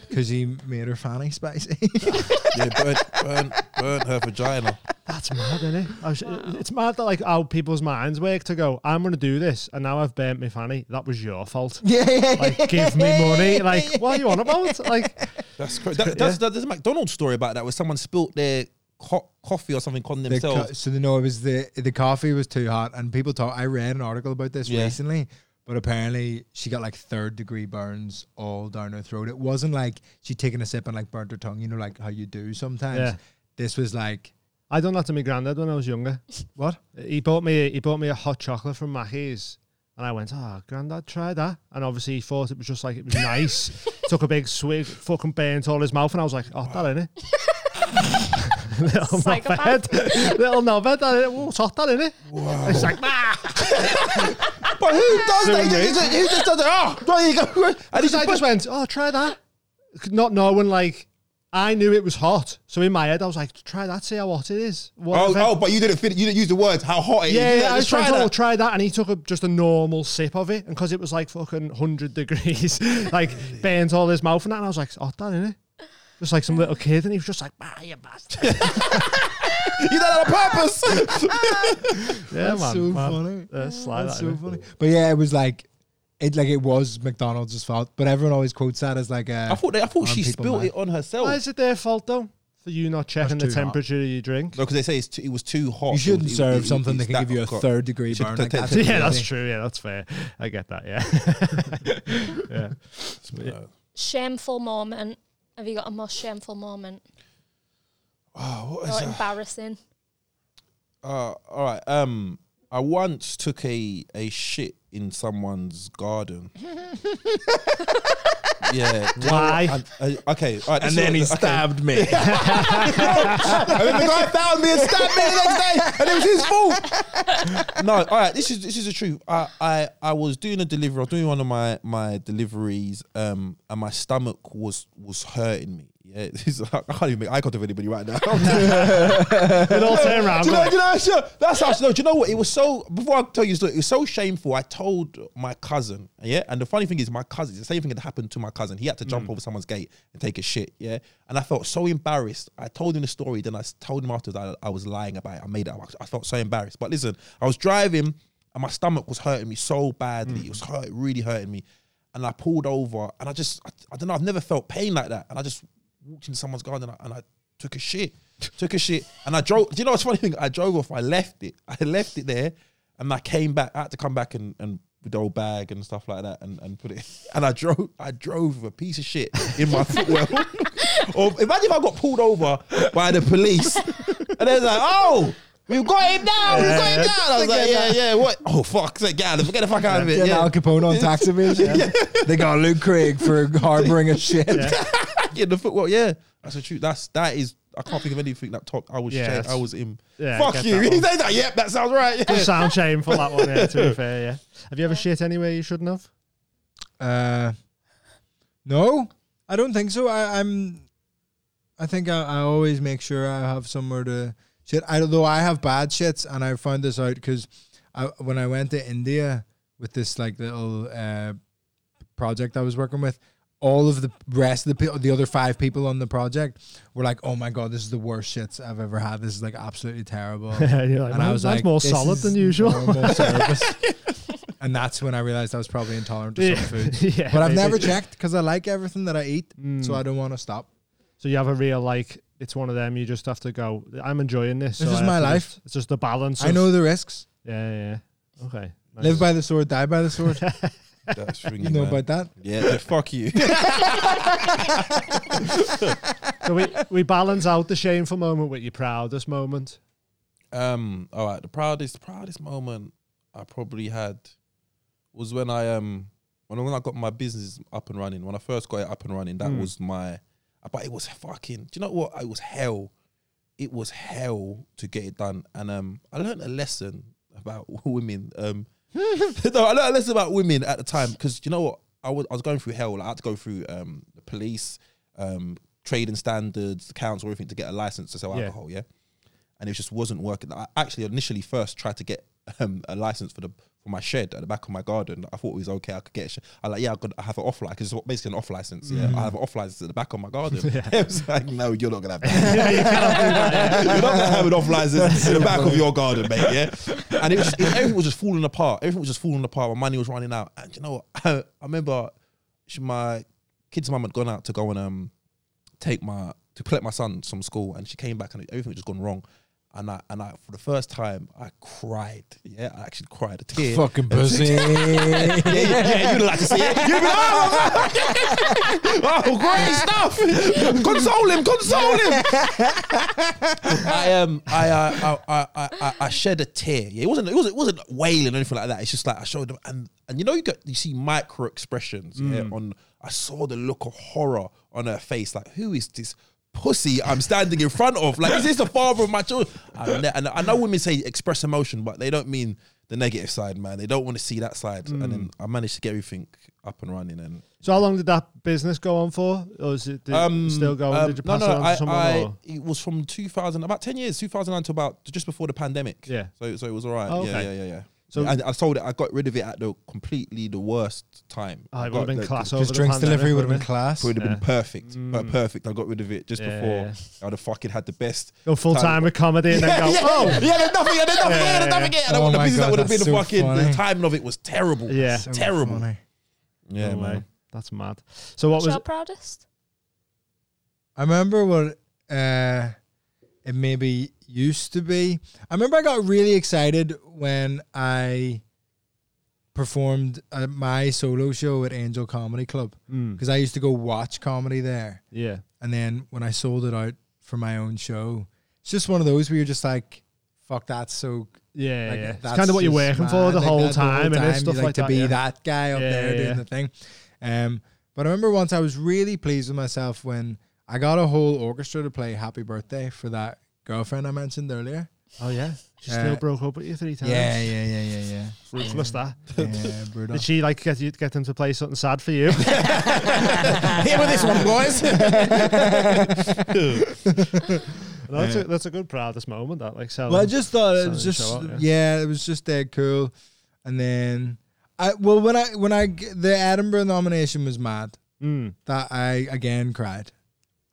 D: because he made her fanny spicy.
C: Yeah, burn, burn, burn her vagina.
B: That's mad, isn't it? I sh- It's mad that like how people's minds work to go. I'm gonna do this, and now I've burnt my fanny. That was your fault.
D: yeah,
B: Like, give me money. Like, what are you on about? Like,
C: That's crazy. That, that's, that, there's a McDonald's story about that where someone spilt their co- coffee or something on
D: The co-
C: themselves.
D: so the, no, it was the the coffee was too hot, and people talk. I read an article about this
C: Yeah.
D: recently. But apparently, she got like third degree burns all down her throat. It wasn't like she taken a sip and like burnt her tongue, you know, like how you do sometimes.
B: Yeah.
D: This was like,
B: I done that to my granddad when I was younger.
D: What?
B: He bought me he bought me a hot chocolate from Mackey's. And I went, oh, granddad, try that. And obviously he thought it was just like, it was nice. Took a big swig, fucking burnt all his mouth. And I was like, oh, that in it. little
A: Psychopath.
B: knobhead. little knobhead. That innit? Whoa, it's hot, that in it. It's like,
C: But who does
B: So
C: that? He
B: me.
C: just, he just does it. Oh, there you go. And he's
B: I
C: like,
B: just went, oh, try that. Not knowing, like, I knew it was hot. So in my head, I was like, try that, see how hot it is.
C: oh,
B: Whatever.
C: oh, but you didn't fit. You didn't use the words how hot it is.
B: Yeah,
C: You
B: I was
C: just
B: trying to
C: that.
B: oh, try that, and he took a, just a normal sip of it, and because it was like fucking hundred degrees, like burnt all his mouth and that, and I was like, "Oh, that in it." Just like some little kid, and he was just like, "Bah, you bastard!"
C: You did that on purpose.
B: yeah,
D: that's
B: man,
D: so
B: man.
D: funny.
B: Uh, sly
D: That's
B: that,
D: so
B: innit?
D: funny. But yeah, it was like, it like it was McDonald's' fault. But everyone always quotes that as like a.
C: I thought. They, I thought
D: On
C: she
D: people,
C: spilled
D: man.
C: it on
B: Why
C: herself.
B: is it their fault though for you not checking the
D: Oh. too hot.
B: temperature of your drink?
C: No, because they say it's too, it was too hot.
D: you
C: It
D: shouldn't
C: was- it-
D: serve
C: it-
D: something
C: it's
D: that can give you a
C: got-
D: third degree
C: Should
D: burn.
C: t-
D: Like,
C: t-
D: that's
C: t-
B: yeah, that's
D: crazy.
B: true. Yeah, that's fair. I get that. Yeah,
C: Yeah.
A: Shameful moment. Have you got a most shameful moment?
C: Oh, what is
A: Or
C: that?
A: embarrassing?
C: Uh, all right. Um, I once took a a shit in someone's garden. yeah. do you know
B: Why?
C: what? I- I- okay. All right, this
D: And
C: is
D: then
C: what-
D: he
C: okay.
D: stabbed me.
C: And then the guy found me and stabbed me the next day, and it was his fault. No, all right, this is this is the truth. I I, I was doing a delivery. I was doing one of my my deliveries, um, and my stomach was was hurting me. Yeah, this is, I can't even make eye contact with anybody right now.
B: it all turned around.
C: Do you know,
B: like,
C: do you know, sure. That's how. No, do you know what? It was so. Before I tell you the story, it was so shameful. I told my cousin. Yeah, and the funny thing is, my cousin. The same thing had happened to my cousin. He had to jump over someone's gate and take a shit. Yeah, and I felt so embarrassed. I told him the story. Then I s- told him afterwards I, I was lying about it. I made it. up. I felt so embarrassed. But listen, I was driving, and my stomach was hurting me so badly. It was hurt, really hurting me. And I pulled over, and I just, I, I don't know. I've never felt pain like that. And I just walked into someone's garden, and I, and I took a shit, took a shit, and I drove. Do you know what's funny thing? I drove off. I left it. I left it there, and I came back. I had to come back and and with the old bag and stuff like that, and, and put it. And I drove. I drove with a piece of shit in my footwell. or imagine if I got pulled over by the police, and they're like, "Oh, we've got him now. We've got him now." And I was like, "Yeah, yeah. What? Oh fuck! So get out of Get the fuck out of
D: Yeah,
C: it.
D: Al
C: Yeah,
D: Capone on tax evasion. They got Luke Craig for harboring a shit.
C: in the footwell. Yeah, that's the truth. That's that is." I can't think of anything that top. I was,
B: Yeah,
C: yeah,
B: that's-
C: I was in.
B: Yeah, I
C: Fuck
B: get
C: you.
B: that
C: He
B: one.
C: said that. Yep, that sounds right. Yeah.
B: sound shameful that one. Yeah, to be fair. Yeah. Have you ever shit anywhere you shouldn't have?
D: Uh, no, I don't think so. I, I'm. I think I, I always make sure I have somewhere to shit. I although I have bad shits, and I found this out because I, when I went to India with this like little uh, project I was working with, all of the rest of the people, the other five people on the project, were like, "Oh my god, this is the worst shits I've ever had. This is like absolutely terrible."
B: You're like,
D: and
B: "Man,
D: I was
B: that's
D: like,
B: more
D: "This
B: solid
D: is
B: than usual."
D: normal service. and that's when I realized I was probably intolerant to some food.
B: yeah,
D: But I've
B: maybe.
D: never checked because I like everything that I eat, so I don't want to stop.
B: So you have a real like it's one of them. You just have to go. I'm enjoying this.
D: This
B: so
D: is
B: I
D: my
B: have to
D: life.
B: just- it's just the balance.
D: I
B: of-
D: know the risks.
B: Yeah, yeah. yeah. Okay. nice.
D: Live by the sword, die by the sword.
C: That's ringing,
D: you know
C: man.
D: about that?
C: Yeah, yeah, fuck you.
B: so we we balance out the shameful moment with your proudest moment.
C: um, all right. The proudest, proudest moment I probably had was when I um when I- when I got my business up and running. When I first got it up and running, that
B: Mm.
C: was my. But it was fucking. Do you know what? It was hell. It was hell to get it done, and um, I learned a lesson about women. Um, no, I learned a lesson about women at the time because you know what? I was I was going through hell. Like, I had to go through um the police, um trading standards, the council, everything to get a license to sell
B: Yeah.
C: alcohol. Yeah, and it just wasn't working. I actually initially first tried to get um, a license for the for my shed at the back of my garden. I thought it was okay. I could get. A sh- I like yeah. I could I have an off license. It's what- basically an off license. Yeah, I have an off license at the back of my garden. it was like no, you're not gonna have that. You're not gonna have an off license in the back of your garden, mate. Yeah, and it was just, it- everything was just falling apart. Everything was just falling apart. My money was running out. And you know what? I, remember she, my kid's mum had gone out to go and um take my to collect my son from school, and she came back and everything had just gone wrong. and I and I for the first time I cried. Yeah, I actually cried a tear.
D: Fucking pussy.
C: Yeah, yeah, yeah, you'd like to see it. You'd be like, oh, oh, great stuff. Console him, console him. I um, I, uh, I, I, I, I, I shed a tear. Yeah, it wasn't, it wasn't, it wasn't wailing or anything like that. It's just like I showed them, and and you know you get you see micro expressions. Yeah, on I saw the look of horror on her face. Like, who is this? Pussy, I'm standing in front of. Like, is this the father of my children? I ne- and I know women say express emotion, but they don't mean the negative side, man. They don't want to see that side. And then I managed to get everything up and running. And
B: So how long did that business go on for? Or is it did it still going?
C: um,
B: did you pass it on to someone? or?
C: it was from 2000, about 10 years, 2009 to about just before the pandemic.
B: Yeah.
C: So, so it was all right.
B: Oh,
C: Yeah,
B: okay.
C: yeah, yeah, yeah.
B: So-
C: So and I sold it. I got rid of it at the completely the worst time.
B: Oh, it
C: got
B: would have been
C: the-
B: class over
D: Just
B: the
D: drinks
B: pandemic,
D: delivery would have been
B: wouldn't it?
D: class.
C: It would have
B: Yeah.
C: been perfect, per- perfect. I got rid of it just
B: Yeah,
C: before
B: yeah.
C: I would have fucking had the best.
B: Go full time with comedy and then go,
C: yeah,
B: oh,
C: yeah, there's nothing, yeah, there's nothing, yeah, there's nothing. Yeah. And
D: Oh
C: the
D: my
C: business
D: God,
C: that would have been
D: that's
C: the
D: so
C: fucking the
D: funny.
C: timing of it was terrible.
B: Yeah.
D: So
C: terrible.
D: funny.
C: Yeah,
B: no way.
C: man.
B: oh, That's mad. So what
A: What's
B: was
A: your proudest?
D: I remember what uh, it maybe used to be. I remember I got really excited when I performed at my solo show at Angel Comedy Club
B: Mm,
D: because I used to go watch comedy there.
B: yeah.
D: And then when I sold it out for my own show, it's just one of those where you're just like, fuck, that's so.
B: Yeah,
D: like,
B: yeah. It's
D: that's
B: kind of what you're
D: just
B: working for
D: mad.
B: the
D: Like,
B: whole
D: that-
B: time and
D: time,
B: stuff
D: you
B: like,
D: to
B: that.
D: be
B: yeah.
D: that guy up
B: Yeah,
D: there
B: yeah,
D: doing
B: yeah.
D: the thing. Um, but I remember once I was really pleased with myself when I got a whole orchestra to play "Happy Birthday" for that girlfriend I mentioned earlier.
B: Oh yeah, she
D: Uh,
B: still broke up with you three times.
D: Yeah, yeah, yeah, yeah, yeah.
B: ruthless that.
D: yeah brutal.
B: Did she like get you get them to play something sad for you?
C: Here with this one, boys.
B: No, that's, a, that's a good proudest moment. That like selling.
D: Well, I just thought it
B: Something
D: was
B: to
D: just
B: show up,
D: yeah. it was just dead cool. And then I well when I when I g- the Edinburgh nomination was mad
B: Mm,
D: that I again cried,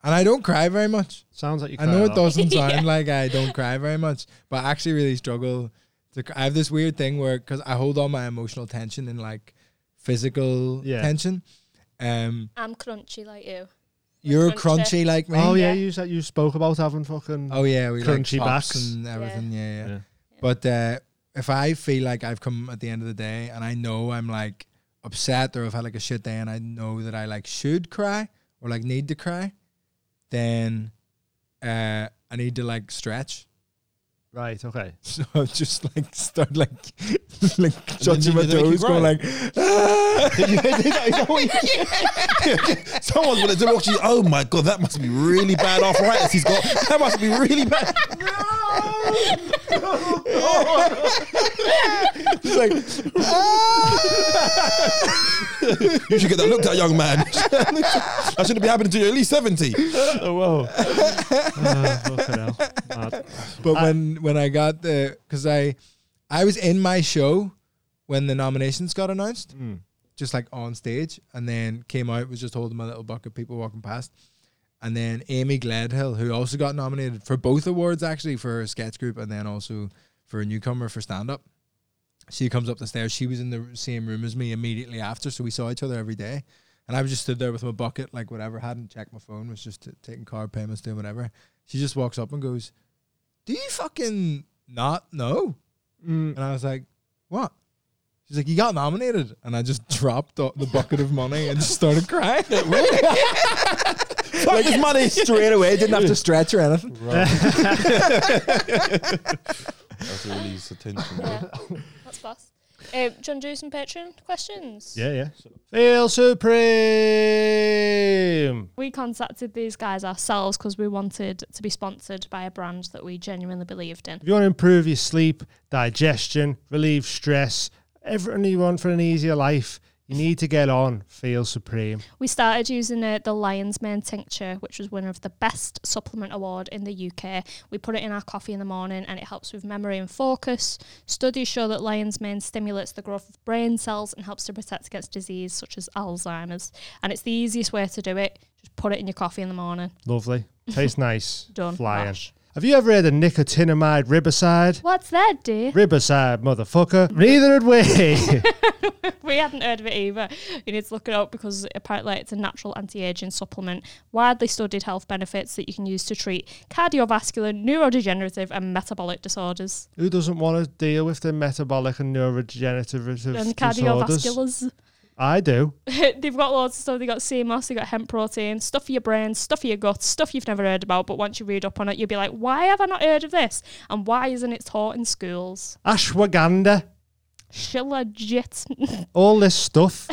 D: and I don't cry very much.
B: sounds like you.
D: I know it
B: cried a lot.
D: doesn't sound like I don't cry very much, but I actually really struggle to. Cry. I have this weird thing where because I hold all my emotional tension in like physical
B: Yeah.
D: tension. Um,
A: I'm crunchy like you.
D: you're
A: crunchy.
D: crunchy like me.
B: Oh yeah,
A: Yeah.
B: you said you spoke about having fucking.
D: Oh yeah, we
B: Crunchy
D: like pops
B: backs.
D: and everything. Yeah, yeah.
B: Yeah.
D: But uh, if I feel like I've come at the end of the day and I know I'm like upset or I've had like a shit day and I know that I like should cry or like need to cry, then uh, I need to like stretch.
B: Right. Okay.
D: So I just like start like like touching my
C: did they make you
D: toes, going
C: cry?
D: like. "Ah."
C: Someone's gonna do watch you. Oh my god, that must be really bad arthritis he's got. That must be really bad.
D: It's like
C: "Ah." You should get that looked at, young man. that shouldn't be happening to you. At least seventy.
B: oh whoa. Uh, fucking hell. Mad.
D: But when when I got the because I I was in my show when the nominations got announced,
B: Mm.
D: just like on stage, and then came out was just holding my little bucket, people walking past, and then Amy Gladhill, who also got nominated for both awards actually for her sketch group, and then also for a newcomer for stand up. She comes up the stairs. She was in the same room as me immediately after, so we saw each other every day. And I was just stood there with my bucket, like whatever, hadn't checked my phone, was just t- taking card payments, doing whatever. She just walks up and goes, do you fucking not know?
B: Mm.
D: And I was like, what? She's like, you got nominated. And I just dropped the the bucket of money and just started crying.
C: Fuck his money.
D: Straight away, didn't have to stretch or anything.
C: That's a release attention.
A: Yeah, that's boss. Um, do you want to do some Patreon questions?
B: Yeah, yeah. Feel supreme.
A: We contacted these guys ourselves because we wanted to be sponsored by a brand that we genuinely believed in.
B: If you want to improve your sleep, digestion, relieve stress, everything you want for an easier life, you need to get on Feel Supreme.
A: We started using uh, the Lion's Mane tincture, which was winner of the best supplement award in the UK. We put it in our coffee in the morning and it helps with memory and focus. Studies show that Lion's Mane stimulates the growth of brain cells and helps to protect against disease such as Alzheimer's. And it's the easiest way to do it. Just put it in your coffee in the morning.
B: Lovely. Tastes nice.
A: Done.
B: Flying.
A: Mash.
B: Have you ever heard of nicotinamide riboside?
A: What's that, dear?
B: Riboside, motherfucker. Neither had we.
A: We hadn't heard of it either. You need to look it up because apparently it's a natural anti-aging supplement, widely studied health benefits that you can use to treat cardiovascular, neurodegenerative, and metabolic disorders.
B: Who doesn't want to deal with the metabolic and neurodegenerative
A: and
B: disorders?
A: cardiovasculars.
B: I do.
A: They've got loads of stuff. They've got CMOS, they've got hemp protein, stuff for your brain, stuff for your gut, stuff you've never heard about. But once you read up on it, you'll be like, why have I not heard of this? And why isn't it taught in schools?
B: Ashwagandha.
A: Shilajit.
B: All this stuff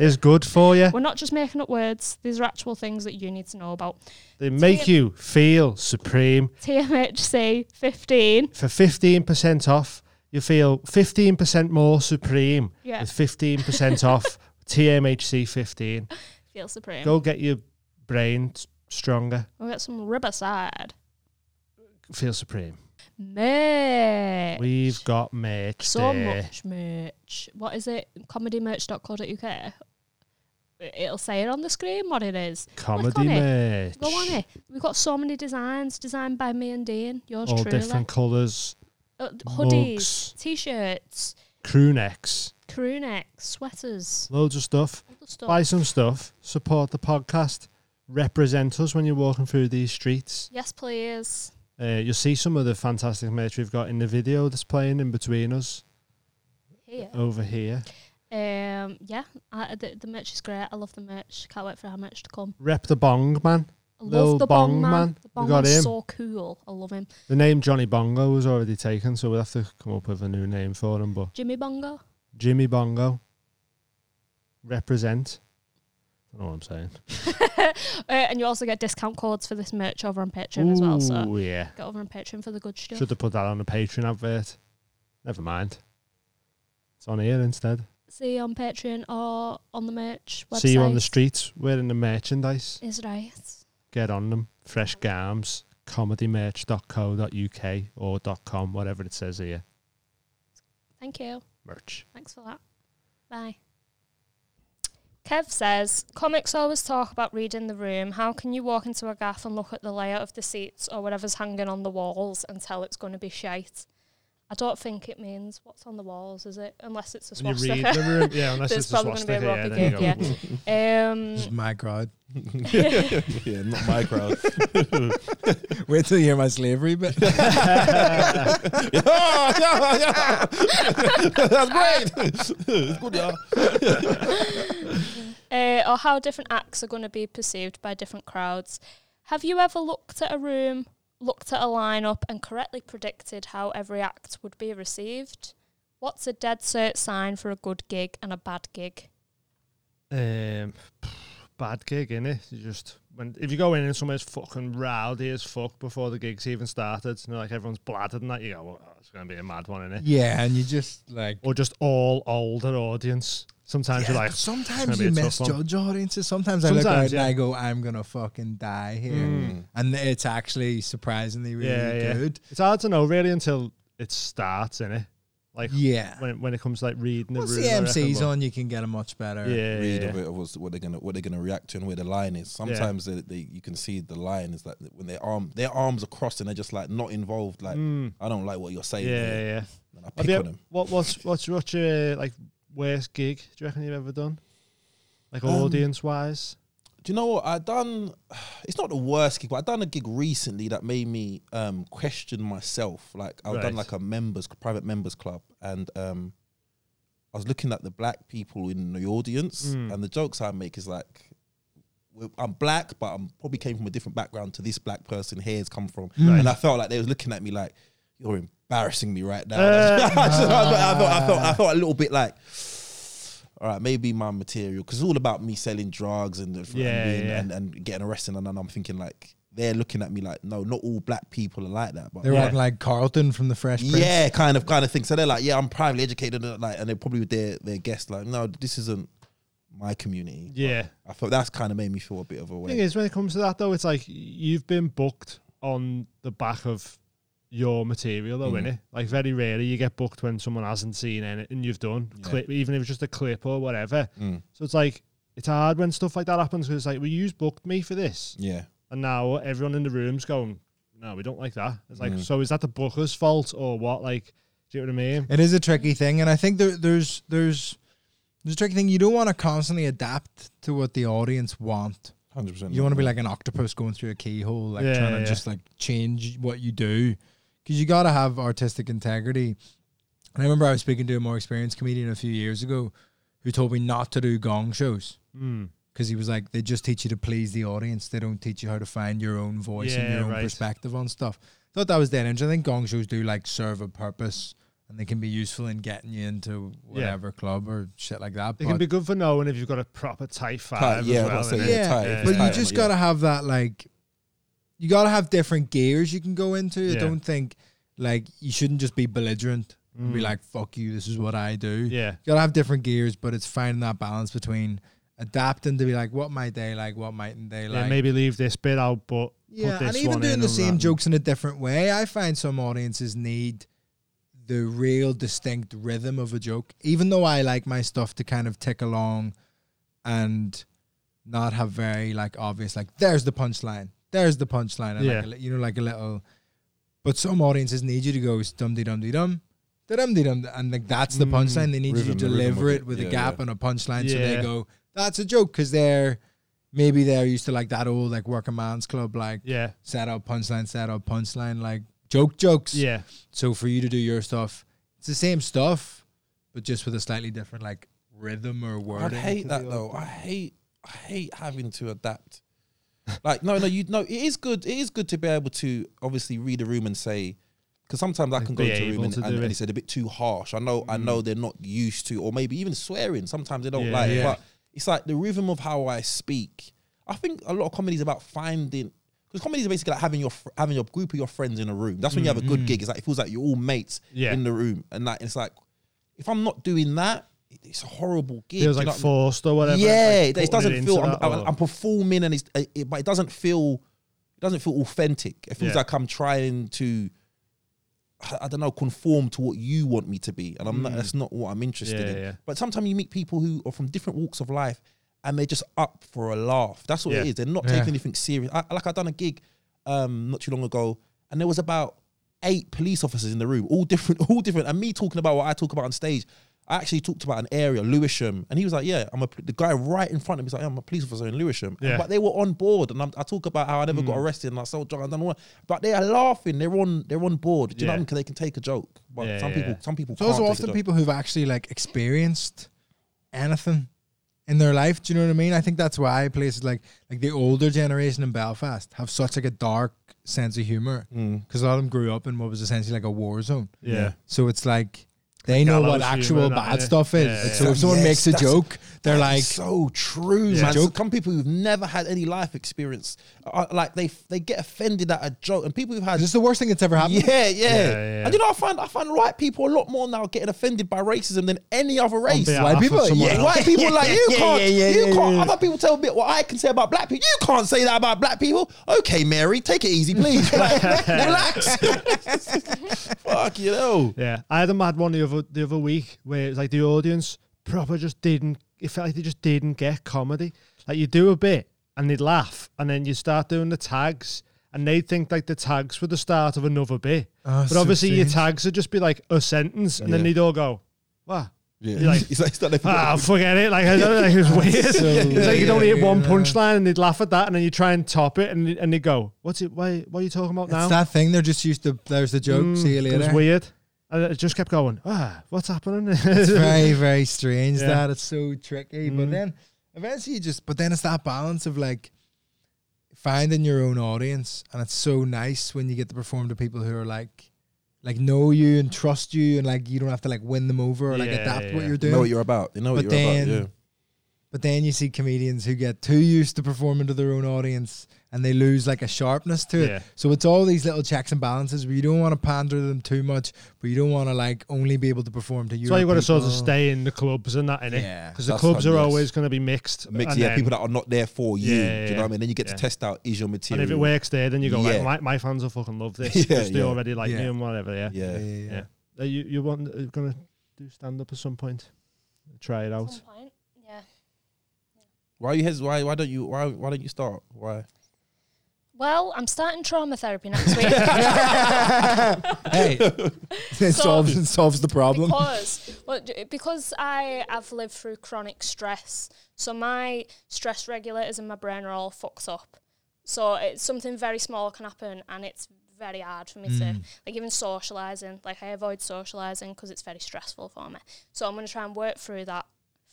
B: is good for you.
A: We're not just making up words. These are actual things that you need to know about.
B: They make you feel supreme.
A: TMHC 15.
B: For 15% off, you feel 15% more supreme
A: Yeah.
B: with 15% off TMHC 15.
A: Feel supreme.
B: Go get your brain s- stronger.
A: We'll get some Riverside.
B: Feel supreme.
A: Merch.
B: We've got merch
A: so
B: there.
A: much merch. What is it? Comedymerch.co.uk. It'll say it on the screen what it is. Click
B: Comedy
A: on it.
B: merch.
A: Go on it. We've got so many designs designed by me and Dean. Yours
B: All
A: truly.
B: Oh, different colours.
A: Uh, hoodies,
B: mugs.
A: t-shirts,
B: Crew necks.
A: crew necks, sweaters,
B: Loads of stuff.
A: all the stuff.
B: Buy some stuff. Support the podcast. Represent us when you're walking through these streets.
A: Yes, please.
B: Uh, you'll see some of the fantastic merch we've got in the video that's playing in between us
A: Here.
B: over here.
A: Um, yeah, I, the, the merch is great. I love the merch. Can't wait for our merch to come.
B: Rep the Bong Man.
A: I
B: Lil
A: love the bong,
B: Bong
A: man.
B: Man.
A: The
B: We
A: bong
B: got
A: man's
B: him.
A: so cool. I love him.
B: The name Johnny Bongo was already taken, so we'll have to come up with a new name for him. But
A: Jimmy Bongo.
B: Jimmy Bongo. Represent. I don't know what I'm saying.
A: Uh, and you also get discount codes for this merch over on Patreon as well. So
B: Ooh, yeah.
A: get over on Patreon for the good stuff.
B: Should have put that on a Patreon advert. Never mind. It's on here instead.
A: See you on Patreon or on the merch website.
B: See you on the streets wearing the merchandise.
A: Is right.
B: Get on them. Fresh Garms, comedymerch.co.uk or .com, whatever it says here.
A: Thank you.
B: Merch.
A: Thanks for that. Bye. Kev says, comics always talk about reading the room. How can you walk into a gaff and look at the layout of the seats or whatever's hanging on the walls and tell it's going to be shite? I don't think it means what's on the walls, is it? Unless it's a
B: You read
A: swastika.
B: the room. Yeah, unless
A: There's
B: it's a
A: probably gonna be a
B: swastika. Yeah,
A: rugby
B: there you go.
A: gig, yeah. um,
D: Just my crowd.
C: yeah, not my crowd.
D: Wait till you hear my slavery bit.
C: yeah, yeah, yeah. That's great. it's good, yeah.
A: uh, or how different acts are going to be perceived by different crowds. Have you ever looked at a room, looked at a lineup, and correctly predicted how every act would be received? What's a dead cert sign for a good gig and a bad gig?
B: Um, bad gig, innit? You just when if you go in and somewhere's fucking rowdy as fuck before the gig's even started, you know, like everyone's bladdered and that, you go, well, oh, it's gonna be a mad one, innit?
D: yeah, and you just like.
B: Or just all older audience. Sometimes
D: Yeah,
B: you're like,
D: but
B: "It's
D: sometimes
B: gonna
D: you
B: be a tough one."
D: misjudge audiences. Sometimes, I look
B: Sometimes,
D: out and
B: yeah.
D: I go, "I'm gonna fucking die here,"
B: Mm.
D: and it's actually surprisingly really
B: yeah, yeah.
D: good.
B: It's hard to know really until it starts, innit? Like
D: Yeah.
B: when when it comes to like reading the
D: Once
B: room.
D: the
B: I reckon,
D: MC's
B: but-
D: on, you can get a much better.
B: Yeah,
C: read
B: yeah,
C: of
B: yeah.
C: it of what's- what they're gonna what they're gonna react to and where the line is. Sometimes they, they, you can see the line is that when their arm their arms are crossed and they're just like not involved. Like
B: Mm,
C: I don't like what you're
B: yeah,
C: saying.
B: yeah.
C: here,"
B: yeah.
C: And I
B: Have
C: pick
B: you,
C: on them.
B: What what's what's what's your like worst gig? Do you reckon you've ever done? Like
C: Um,
B: audience wise.
C: Do you know what I done? It's not the worst gig, but I done a gig recently that made me um, question myself. Like I've
B: Right.
C: done like a members private members club, and um, I was looking at the black people in the audience,
B: Mm.
C: and the jokes I make is like, we're- I'm black, but I'm probably came from a different background to this black person here has come from,
D: Right.
B: Hmm.
C: and I felt like they was looking at me like, you're embarrassing me right now.
B: Uh,
C: I, felt, I, felt, I felt I felt a little bit like. All right, maybe my material because it's all about me selling drugs and the
B: Yeah,
C: and, being,
B: yeah.
C: and and getting arrested and then I'm thinking like they're looking at me like no not all black people are like that but
D: They're
B: Yeah.
D: acting like Carlton from the Fresh Prince.
C: yeah kind of kind of thing so they're like yeah I'm privately educated and like and they're probably with their their guests like no this isn't my community
B: Yeah.
C: I thought that's kind of made me feel a bit of a
B: thing
C: way
B: is, when it comes to that though, it's like you've been booked on the back of your material though,
C: Mm.
B: innit? Like very rarely you get booked when someone hasn't seen anything you've done,
C: Yeah.
B: clip, even if it's just a clip or whatever.
C: Mm,
B: So it's like it's hard when stuff like that happens because it's like, well, you booked me for this,
C: yeah
B: and now everyone in the room's going, no, we don't like that. It's like,
C: Mm.
B: so is that the booker's fault or what? Like, do you know what I mean?
D: It is a tricky thing, and I think there, there's there's there's a tricky thing. You don't want to constantly adapt to what the audience want.
C: hundred percent.
D: You want to be like an octopus going through a keyhole, like
B: Yeah,
D: trying to
B: yeah.
D: just like change what you do, because you got to have artistic integrity. And I remember I was speaking to a more experienced comedian a few years ago, who told me not to do gong shows
B: Mm.
D: because he was like, they just teach you to please the audience. They don't teach you how to find your own voice and
B: Yeah,
D: your own
B: right.
D: perspective on stuff. Thought that was dead energy. I think gong shows do like serve a purpose and they can be useful in getting you into whatever club or shit like that.
B: It
D: but
B: can be good for knowing if you've got a proper tight five. as
C: yeah,
B: well,
C: that's it,
B: innit?
C: yeah, tight,
B: yeah.
D: but
B: It's
D: you
B: tight,
D: just
C: yeah.
D: gotta have that like, you gotta have different gears you can go into.
B: Yeah.
D: I don't think like you shouldn't just be belligerent and be
B: Mm.
D: like, "Fuck you, this is what I do."
B: Hmm. yeah.
D: You gotta have different gears, but it's finding that balance between adapting to be like, "What might they like? What mightn't they
B: Yeah,
D: like?"
B: maybe leave this bit out, but
D: Yeah,
B: put this
D: and even
B: one in
D: doing the
B: and
D: same
B: that.
D: jokes in a different way, I find some audiences need the real distinct rhythm of a joke. Even though I like my stuff to kind of tick along and not have very like obvious like there's the punchline, there's the punchline, and
B: Yeah.
D: like a, li- you know like a little. But some audiences need you to go dum de dum de dum. Dum de dum, and like that's the
B: Mm,
D: punchline. They need you
C: rhythm,
D: to
C: the rhythm
D: deliver
C: of
D: it
C: it.
D: with a
C: Yeah,
D: gap
C: yeah.
D: and a punchline, so they
B: Yeah.
D: go, "That's a joke," because they're maybe they're used to like that old like working man's club like
B: Yeah,
D: set up punchline, set up punchline, like joke jokes.
B: yeah,
D: So for you to do your stuff, it's the same stuff, but just with a slightly different like rhythm or
C: I
D: wording.
C: hate that though. I hate I hate having to adapt. Like no no you no it is good it is good to be able to obviously read a room and say because sometimes I
B: And
C: can go
B: be
C: into a
B: able
C: room and,
B: to
C: and,
B: do
C: and
B: it. Mm.
C: it's a bit too harsh. I know I know they're not used to or maybe even swearing. Sometimes they don't
B: Yeah.
C: like it.
D: Yeah.
C: but it's like the rhythm of how I speak. I think a lot of comedy is about finding because comedy is basically like having your fr- having your group of your friends in a room. That's when you have a good gig. It's like it feels like you're all mates
B: Mm, Yeah.
C: in the room, and like it's like if I'm not doing that, it- it's a horrible gig.
B: feels
C: do
B: like
C: you know what I mean?
B: forced or whatever.
C: Yeah,
B: it's like putting
C: it doesn't
B: into
C: feel. I'm,
B: that
C: I'm,
B: or-
C: I'm performing, and it's it, it- but it doesn't feel. It doesn't feel authentic. It feels
B: Yeah.
C: like I'm trying to. I- I don't know, conform to what you want me to be, and I'm not. That's not what I'm interested
B: Yeah,
C: in.
B: Mm. yeah, yeah.
C: But sometimes you meet people who are from different walks of life, and they're just up for a laugh. That's what it
B: Yeah.
C: is. They're not
D: Yeah.
C: taking anything serious. I, like I done a gig, um, not too long ago, and there was about eight police officers in the room, all different, all different. And me talking about what I talk about on stage, I actually talked about an area, Lewisham, and he was like, "Yeah, I'm a." pol-" The guy right in front of me was like, yeah, "I'm a police officer in Lewisham,"
B: Yeah. Hmm.
C: but they were on board. And I'm, I talk about how I never got arrested and I sold drugs and done all that, but they are laughing. They're on, they're on board. Do you
B: Yeah.
C: know what I mean? Because they can take a joke. But
B: Yeah,
C: some
B: yeah,
C: people,
B: yeah.
C: some people.
D: It's also
C: can't take a
D: often
C: joke.
D: people who've actually like experienced anything in their life. Do you know what I mean? I think that's why places like like the older generation in Belfast have such like a dark sense of humor
C: Hmm.
D: because a lot of them grew up in what was essentially like a war zone.
B: Yeah.
D: So it's like they
B: Like
D: know
B: gallows
D: what
B: humor,
D: actual
B: that,
D: bad
B: yeah.
D: stuff is.
B: Yeah,
D: Like,
B: yeah,
D: so
B: yeah.
D: if someone
C: Yes,
D: makes a
C: that's-
D: joke, they're
C: That
D: like,
C: is so true,
B: Yeah.
C: man. So
D: Joke-
C: Some people who've never had any life experience, uh, like they they get offended at a joke, and people who've had
D: "Is this the worst thing that's ever happened?"
C: Yeah, yeah,
B: yeah.
C: And you know, I find I find white people a lot more now getting offended by racism than any other race.
B: behalf
D: White
B: of
D: people,
B: someone
D: yeah,
B: else.
C: White people like you
D: Yeah,
C: can't,
D: yeah, yeah,
C: you
D: yeah,
C: can't.
D: yeah.
C: Other people tell me what I can say about black people. You can't say that about black people. Okay, Mary, take it easy, please. Like, relax. Fuck you know.
B: Yeah, I had a mad one the other the other week where it's like the audience proper just didn't. It felt like they just didn't get comedy. Like you do a bit and they'd laugh, and then you start doing the tags, and they think like the tags were the start of another bit.
D: Oh,
B: but
D: so
B: obviously your
D: strange.
B: tags would just be like a sentence, and then
C: Yeah.
B: they'd all go, "What?
C: Yeah,
B: You're like,
C: it's like, it's like they forgot-
B: Ah, forget it." Like, I don't, like it's weird.
D: so
B: it's like you don't
D: weird.
B: hit one
D: Yeah.
B: punchline, and they'd laugh at that, and then you try and top it, and and they go, "What's it? Why? What are you talking about
D: It's
B: now?"
D: that thing. They're just used to. There's the joke.
B: Mm,
D: see you later.
B: It was weird. And it just kept going. Ah, what's happening?
D: it's very very strange
B: Yeah.
D: that it's so tricky but
B: Mm.
D: then eventually you just but then it's that balance of like finding your own audience and it's so nice when you get to perform to people who are like like know you and trust you and like you don't have to like win them over or like
B: Yeah,
D: adapt what
B: yeah.
D: you're
C: They
D: doing
C: know what you're about. They know what
D: But
C: you're
D: then-
C: about.
D: but then you see comedians who get too used to performing to their own audience and they lose like a sharpness to it.
B: Yeah.
D: So it's all these little checks and balances where you don't want to pander to them too much, but you don't want to like only be able to perform to you.
B: That's why you got to sort of stay in the clubs and that, innit?
D: Yeah,
B: Because the
C: that's
B: clubs
C: what
B: are
C: it is.
B: always going to be mixed.
C: Yeah, mix.
B: and
C: Yeah,
B: then-
C: people that are not there for you.
B: Yeah,
C: do you know
B: yeah,
C: what I mean? Then you get
B: yeah.
C: to test out is your
B: And
C: material.
B: if it works there, then you go,
C: Yeah.
B: like, my, my fans will fucking love this.
C: Yeah,
B: Because they
C: yeah.
B: already like me
D: Yeah.
B: and whatever, yeah.
C: Yeah.
B: Yeah. Are you, you want, are going to do stand up at some point? Try it out.
A: point, yeah.
C: Why are you hes? Why why don't you why why don't you start? Why?
A: Well, I'm starting trauma therapy next week.
D: hey, it
A: So-
D: solves it solves the problem.
A: because well, d- because I have lived through chronic stress, so my stress regulators in my brain are all fucked up. So it's something very small can happen, and it's very hard for me
D: Mm.
A: to like even socializing. Like I avoid socializing because it's very stressful for me. So I'm gonna try and work through that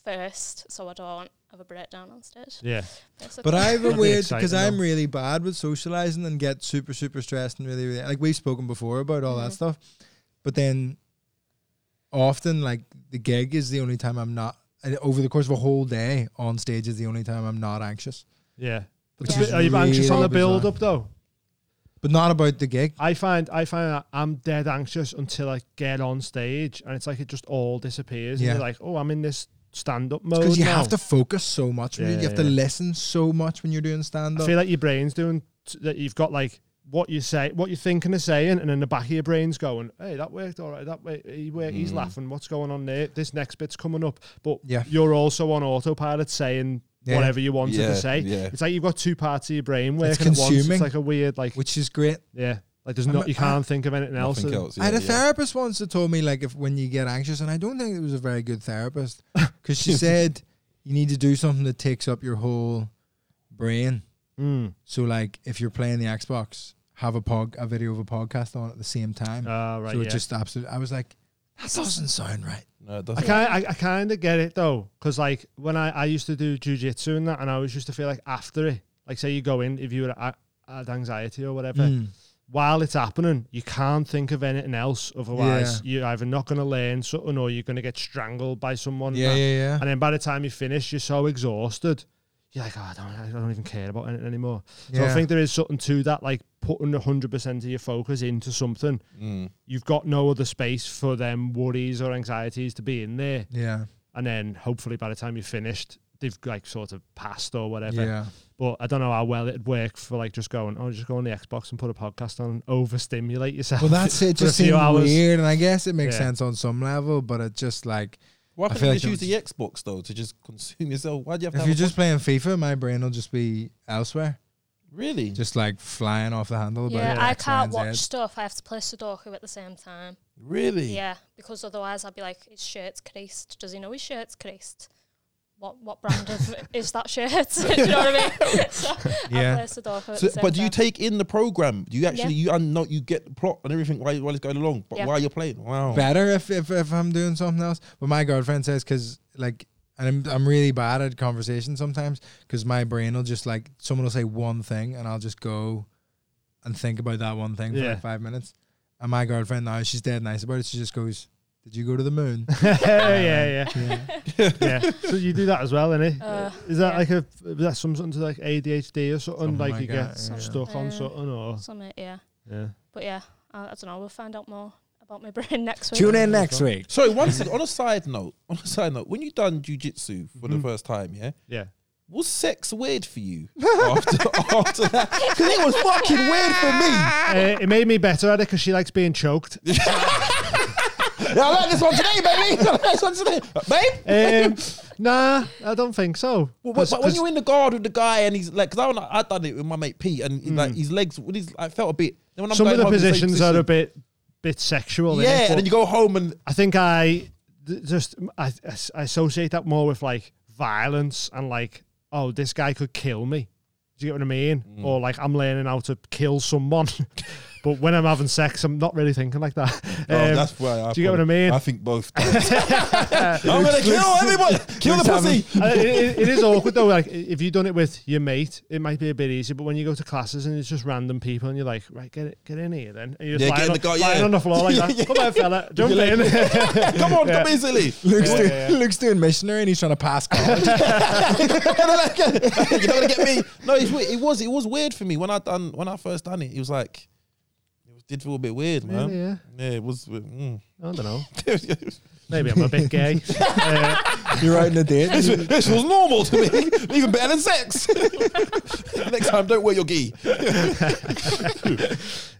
A: first, so I don't have a breakdown on stage.
B: Yeah.
A: basically.
D: But I have a
B: That'd be
D: weird
B: exciting,
D: because I'm
B: though.
D: really bad with socializing and get super super stressed and really really like we've spoken before about all that stuff, but then often like the gig is the only time I'm not and over the course of a whole day on stage is the only time I'm not anxious,
B: Yeah.
D: Which
B: But
A: is
B: Are you anxious on the
D: really bizarre.
B: build up though?
D: but not about the gig.
B: I find I find that I'm dead anxious until I get on stage, and it's like it just all disappears.
D: Yeah.
B: And you're like, oh, I'm in this stand up mode.
D: Because you
B: now.
D: have to focus so much, when you-
B: Oh, Yeah,
D: you have to
B: yeah.
D: listen so much when you're doing stand
B: I
D: up.
B: feel like your brain's doing t- that. You've got like what you say, what you're thinking of saying, and then the back of your brain's going, "Hey, that worked all right. That way, he worked, he's
C: Mm.
B: laughing. What's going on there? This next bit's coming up." But
D: Yeah.
B: you're also on autopilot saying
D: Yeah.
B: whatever you wanted
C: Yeah,
B: to say.
C: yeah.
B: It's like you've got two parts of your brain working at once.
D: consuming.
B: It's like a weird, like
D: which is great.
B: yeah, like there's
D: I'm
B: not
D: a-
B: you can't think of anything else.
C: Nothing
B: and-
C: else.
D: I had
C: yeah,
D: a
C: yeah.
D: therapist once that told me like if when you get anxious, and I don't think it was a very good therapist because she said you need to do something that takes up your whole brain.
B: Mm.
D: So like if you're playing the Xbox, have a pod a video of a podcast on at the same time.
B: Ah, right.
D: so it
B: yeah.
D: just absolutely. I was like, that doesn't sound right.
C: No, it
B: I
C: doesn't.
B: kind I, I kind of get it though, because like when I, I used to do jujitsu and that, and I always used to feel like after it, like say you go in if you were at, at anxiety or whatever,
D: Mm.
B: while it's happening, you can't think of anything else. Otherwise, you're either not going to learn something or you're going to get strangled by someone.
D: Yeah, yeah, yeah.
B: And then by the time you finish, you're so exhausted. You're like, oh, I don't, I don't even care about anything anymore. So I
D: Yeah.
B: think there is something to that, like putting 100% of your focus into something.
C: Mm.
B: You've got no other space for them worries or anxieties to be in there
D: yeah,
B: and then hopefully by the time you're finished, they've like sort of passed or whatever.
D: yeah.
B: But I don't know how well it'd work for like just going, oh, just go on the Xbox and put a podcast on, and overstimulate yourself.
D: Well, that's it.
B: For a
D: Just
B: few
D: seemed
B: hours.
D: weird, and I guess it makes
B: Yeah.
D: sense on some level, but it just like
C: Why
D: feel
C: can't you
D: like
C: just
D: it
C: use
D: was-
C: the Xbox though to just consume yourself? Why do you have to?
D: if
C: Have
D: you're
C: a
D: just playing FIFA, my brain will just be elsewhere,
C: really?
D: just like flying off the handle. About
A: yeah, I
D: X, Y,
A: can't
D: and Z.
A: watch stuff. I have to play Sudoku at the same time.
C: really?
A: Yeah, because otherwise I'd be like, his shirt's creased. Does he know his shirt's creased? What what brand of is that shirt? do you know what I mean? so
D: Yeah.
A: I play Sudoku at
C: So,
A: the same
C: but do you
A: time.
C: take in the program? Do you actually you un- know you get the plot and everything while, while it's going along? But
A: Yeah.
C: while you're playing, wow.
D: better if, if if I'm doing something else. But my girlfriend says because like, and I'm I'm really bad at conversation sometimes because my brain will just like someone will say one thing and I'll just go and think about that one thing for
B: Yeah.
D: like five minutes. And my girlfriend now she's dead nice about it. She just goes, "Did you go to the moon?" Um,
B: yeah, yeah,
D: yeah.
B: yeah. So you do that as well, innit?
A: Uh,
B: Is that
A: yeah.
B: like a is that some something to like ADHD or something?
D: Something
B: like
D: like
B: you
D: that,
B: get
D: yeah.
B: stuck on
A: Uh,
B: something or
A: Summit, yeah.
B: yeah.
A: But yeah, I, I don't know. We'll find out more about my brain next week.
D: Tune in next week.
C: Sorry, one thing, on a side note, on a side note, when you done jujitsu for the
B: Mhm.
C: first time, yeah,
B: Yeah.
C: was sex weird for you after, after that? Because it was fucking weird for me.
B: Uh, it made me better at it because she likes being choked.
C: Yeah, I learned this one today, baby. I learned this one today, babe.
B: Um, nah, I don't think so.
C: Well, but,
B: 'Cause-
C: but when you're in the guard with the guy and he's like, because I, I done it with my mate Pete and like his legs, when he's, I felt a bit. then When
B: 'cause Hmm. some
C: going
B: of the
C: home, it's like
B: positions
C: position.
B: are a bit bit sexual. innit?
C: Yeah,
B: But-
C: and then you go home and
B: I think I th- just I, I associate that more with like violence and like oh this guy could kill me. Do you get what I mean?
C: Mm.
B: Or like I'm learning how to kill someone. but when I'm having sex, I'm not really thinking like that. Um,
C: Oh, why. I
B: do you get what I mean?
C: I think both. I'm gonna kill everybody. Kill the pussy.
B: I- Uh, it- it- it is awkward though. Like i- if you've done it with your mate, it might be a bit easier. But when you go to classes and it's just random people, and you're like, right, get it, get in here, then. And you're just
C: Yeah, get
B: lying, on,
C: in the car,
B: lying
C: yeah.
B: on the floor like
C: Yeah,
B: that.
C: yeah.
B: Come on, fella, jump in.
C: Come on, come easily.
D: Luke's,
B: Yeah,
D: doing,
B: yeah, yeah.
D: Luke's doing missionary and he's trying to pass college.
C: You're not gonna get me. No, it's weird. it was it was weird for me when I done when I first done it. It was like it was, did feel a bit weird, man.
B: Really, yeah.
C: yeah. it was. Mm.
B: I don't know. Maybe I'm a bit gay. Uh,
D: You're out in a date.
C: this, this was normal to me, even better than sex. Next time, don't wear your gi.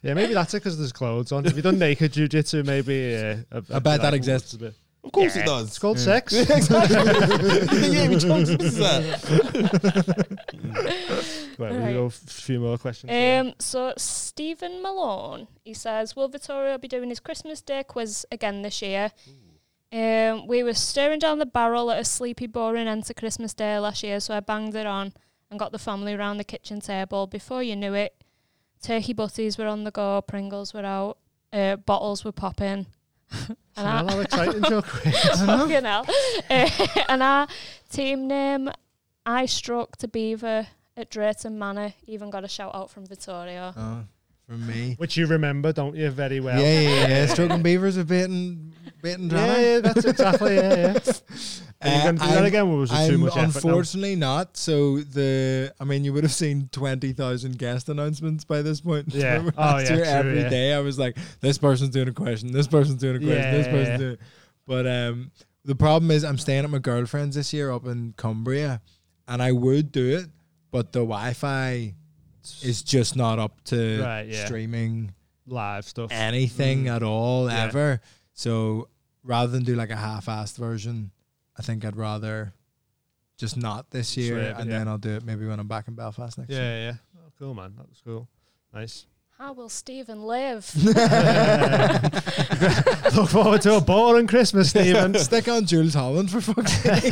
B: Yeah, maybe that's it because there's clothes on. If you've done naked jujitsu, maybe. Uh, I,
D: I bet that exists.
C: Of course it
B: It's
C: does.
B: called sex.
C: exactly. You think, yeah, we chunks, this is that.
B: Right, we'll
A: Right.
B: go a few more questions.
A: Um, so Stephen Malone, he says, will Vittorio be doing his Christmas Day quiz again this year? Um, we were staring down the barrel at a sleepy, boring end to Christmas Day last year, so I banged it on and got the family round the kitchen table. Before you knew it, turkey butties were on the go, Pringles were out, uh, bottles were popping. and
B: Well,
A: I,
B: how exciting your quiz.
A: fucking hell. Uh, and our team name, I Struck to Beaver at Drayton Manor, even got a shout out from Vittorio.
D: Oh, for me.
B: Which you remember, don't you, very well.
D: yeah, yeah, yeah. Stroking beavers are baiting, baiting
B: yeah,
D: drama.
B: yeah, that's exactly yeah, yeah. Are you
D: Uh,
B: going to do that
D: I'm-
B: again, or was it
D: I'm
B: too much effort? now?
D: unfortunately not. So the, I mean, you would have seen twenty thousand guest announcements by this point.
B: Yeah.
D: Remember
B: Oh,
D: last
B: yeah,
D: year,
B: true,
D: every
B: yeah.
D: day I was like, this person's doing a question, this person's doing a question, this
B: Yeah.
D: person's doing. But um, the problem is, I'm staying at my girlfriend's this year up in Cumbria, and I would do it, but the Wi-Fi is just not up to
B: Right, yeah.
D: streaming
B: Live stuff.
D: anything at all
B: Mm. Yeah.
D: ever. So rather than do like a half-assed version, I think I'd rather just not this year,
B: Sweet,
D: and
B: yeah.
D: then I'll do it maybe when I'm back in Belfast next
B: Yeah,
D: year.
B: yeah. Oh, cool, man. That was cool. Nice.
A: How will Stephen live?
B: Look forward to a boring Christmas, Stephen.
D: Stick on Jules Holland for fuck's sake.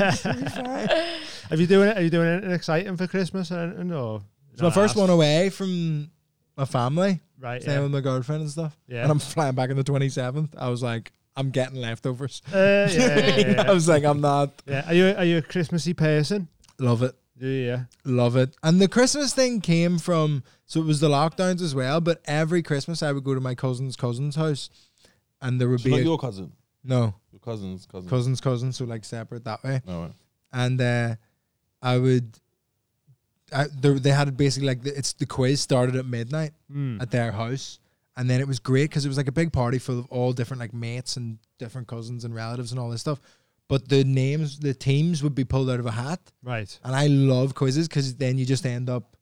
B: Are you doing it? Are you doing anything exciting for Christmas? Or anything, or
D: It's my first one away from my family,
B: Right.
D: staying
B: Yeah.
D: with my girlfriend and stuff.
B: Yeah. Uh,
D: And I'm flying back on the 27th. I was like, I'm getting leftovers.
B: Uh, yeah, yeah, yeah,
D: I
B: yeah.
D: was like, I'm not.
B: Yeah. Are you are you a Christmassy person?
D: Love it.
B: Yeah, yeah.
D: Love it. And the Christmas thing came from so it was the lockdowns as well, but every Christmas I would go to my cousin's cousin's house and there would
C: She's
D: be
C: not
D: a-
C: your cousin.
D: no
C: Your cousin's cousin.
D: cousin's cousin, so like separate that way.
C: All right.
D: And uh I would I, there, they had it basically like the, it's the quiz started at midnight
B: Mm.
D: at their house, and then it was great because it was like a big party full of all different like mates and different cousins and relatives and all this stuff. But the names, the teams would be pulled out of a hat,
B: Right.
D: and I love quizzes because then you just end up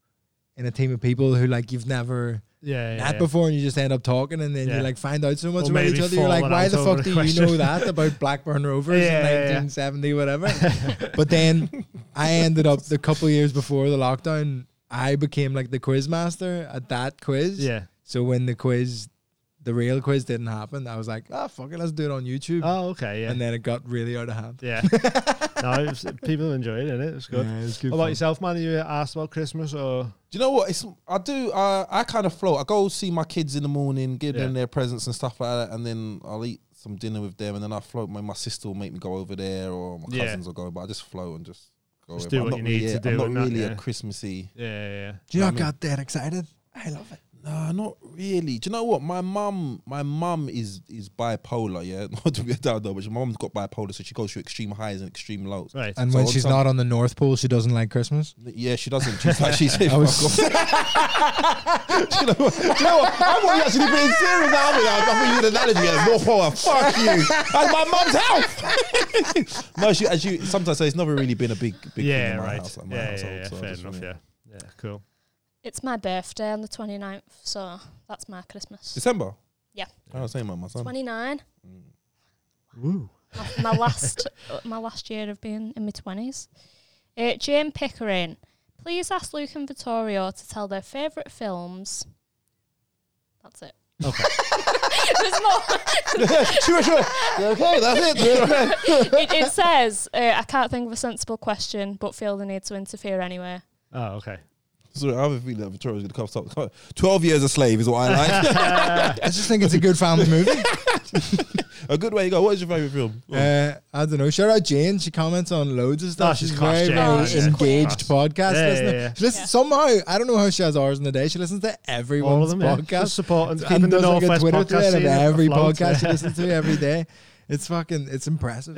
D: in a team of people who like you've never
B: Yeah. yeah,
D: met
B: yeah.
D: before, and you just end up talking, and then
B: Yeah.
D: you like find out so much
B: Or
D: about each
B: maybe
D: other. You're like,
B: falling
D: why
B: out
D: the
B: over
D: fuck
B: the
D: do you know
B: question."
D: that about Blackburn Rovers
B: Yeah, yeah, yeah.
D: in 1970, whatever? but then I ended up the couple of years before the lockdown. I became like the quiz master at that quiz.
B: Yeah.
D: So when the quiz, the real quiz didn't happen, I was like, oh, fuck it, let's do it on YouTube.
B: Oh, okay. Yeah.
D: And then it got really out of hand.
B: yeah. no, it was, people enjoyed it. It was good.
D: Yeah, it was good
B: What about
D: fun.
B: yourself, man? Are you asked about Christmas or?
C: Do you know what? It's I do. Uh, I kind of float. I go see my kids in the morning, give
B: Yeah.
C: them their presents and stuff like that, and then I'll eat some dinner with them, and then I float. My my sister will make me go over there, or my
B: Yeah.
C: cousins will go. But I just float and just go.
B: Just
C: over.
B: do
C: I'm
B: what
C: not
B: you need
C: really,
B: to
C: I'm
B: do
C: not
B: and that,
C: really
B: yeah.
C: a Christmassy.
B: Yeah, yeah,
D: Do you
C: I
D: not
C: mean-
D: got that excited? I love it.
C: Nah, not really. Do you know what? My mum, my mum is is bipolar. Yeah, not to be a dad though, but my mum's got bipolar, so she goes through extreme highs and extreme lows.
B: yeah. Right.
D: And
C: So
D: when
C: on
D: she's
C: some-
D: not on the North Pole, she doesn't like Christmas.
C: Yeah, she doesn't. She's like, she's
D: I was-
C: do you know what? Do you know what? I thought you actually being serious. I, mean, I, I thought you were an analogy. Yeah, North Pole, fuck you. That's my mum's house. no, she, as you sometimes say, it's never really been a big, big thing
B: Yeah,
C: in my
B: right.
C: house. Like my
B: yeah,
C: household,
B: yeah, yeah.
C: so I
B: Fair
C: just
B: enough.
C: really-
B: Yeah. Yeah. Cool.
A: it's my birthday on the 29th, so that's my Christmas.
C: December. Oh,
A: Yeah.
C: I was saying about my son. Mm.
A: 29.
B: Woo.
A: My, my last my last year of being in my 20s. Uh, Jane Pickering, please ask Luke and Vittorio to tell their favourite films. That's it.
B: Okay.
A: There's more.
C: Sure, sure. Okay, that's it.
A: It, it says, uh, I can't think of a sensible question, but feel the need to interfere anyway.
B: Oh, okay.
C: so I have a feeling that Victoria's going to come up. Twelve years a slave is what I like.
D: I just think it's a good family movie.
C: a good way to go. What is your favorite film?
D: Uh, I don't know. Shout out Jane. She comments on loads of stuff.
B: No, she's class,
D: very,
B: Jane.
D: very
A: Oh, she's
D: engaged podcast
B: Yeah, yeah,
D: listener.
B: yeah.
D: She listens somehow. I don't know how she has hours in the day. She listens to
B: All of
D: everyone's
B: them. Yeah.
D: podcast.
B: Just support and
D: And
B: keeping the
D: does, like, a
B: Northwest
D: Twitter
B: podcast
D: thread
B: scene
D: and every
B: afloat.
D: podcast she listens to every day. It's fucking. It's impressive.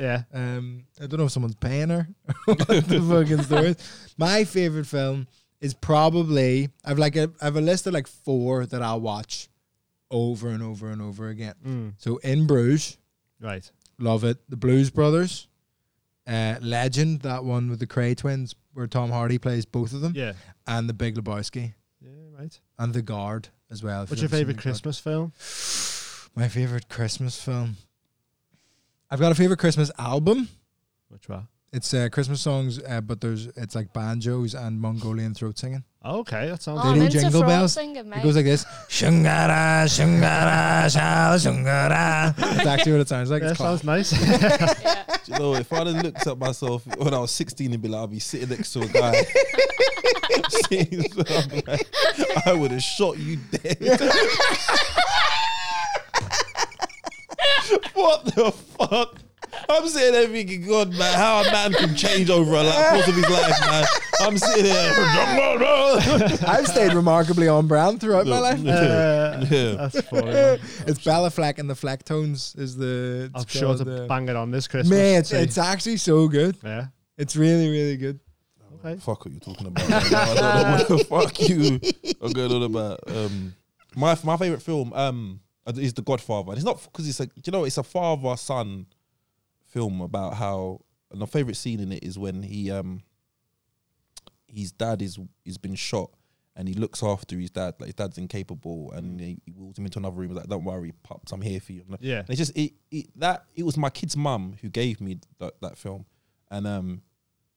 B: Yeah.
D: Um, I don't know if someone's paying her. what the fucking story is. My favorite film is probably I've like a I've a list of like four that I'll watch over and over and over again.
B: Mm.
D: So in Bruges,
B: Right.
D: love it. The Blues Brothers, uh, Legend, that one with the Cray twins where Tom Hardy plays both of them,
B: Yeah.
D: and The Big Lebowski
B: Yeah. Right.
D: and The Guard as well. if
B: What's your
D: you've ever seen
B: favorite
D: The Guard.
B: Christmas film?
D: My favorite Christmas film. I've got a favorite Christmas album.
B: Which one?
D: It's uh, Christmas songs, uh, but there's it's like banjos and Mongolian throat singing.
B: Okay, that sounds.
A: Oh,
D: They
A: I'm
D: do
A: into
D: jingle
A: frog
D: bells.
A: singing,
D: It
A: mate.
D: goes like this: shungara, shungara, shala, shungara. That's actually what it sounds like.
B: Yeah,
D: It's
B: that
D: class.
B: sounds nice. Uh,
A: Yeah.
C: Do you know, if I'd have looked at myself when I was 16 and be like, I'll be sitting next to a guy. Sitting- I'd be like, I would have shot you dead. what the fuck? I'm sitting there thinking, God, man, how a man can change over a like, course of his life, man. I'm sitting there.
D: I've stayed remarkably on brand throughout my life.
B: Uh,
C: Yeah.
B: That's funny. man.
D: It's Balaflack and the Flack Tones is the.
B: I'm
D: it's
B: sure to
D: called, uh,
B: bang it on this Christmas.
D: Mate, it's,
B: See?
D: it's actually so good.
B: yeah.
D: It's really, really good.
C: fuck what you're talking about. man. I don't know what the fuck you are going on about. Um, my my favorite film um is The Godfather, and it's not because it's like do you know it's a father son film about how and my favorite scene in it is when he um his dad is is been shot. And he looks after his dad, like his dad's incapable, and he, he wheels him into another room. He's like, "Don't worry, pups, I'm here for you." And
B: Yeah.
C: and it's just it, it that it was my kid's mum who gave me that, that film, and um,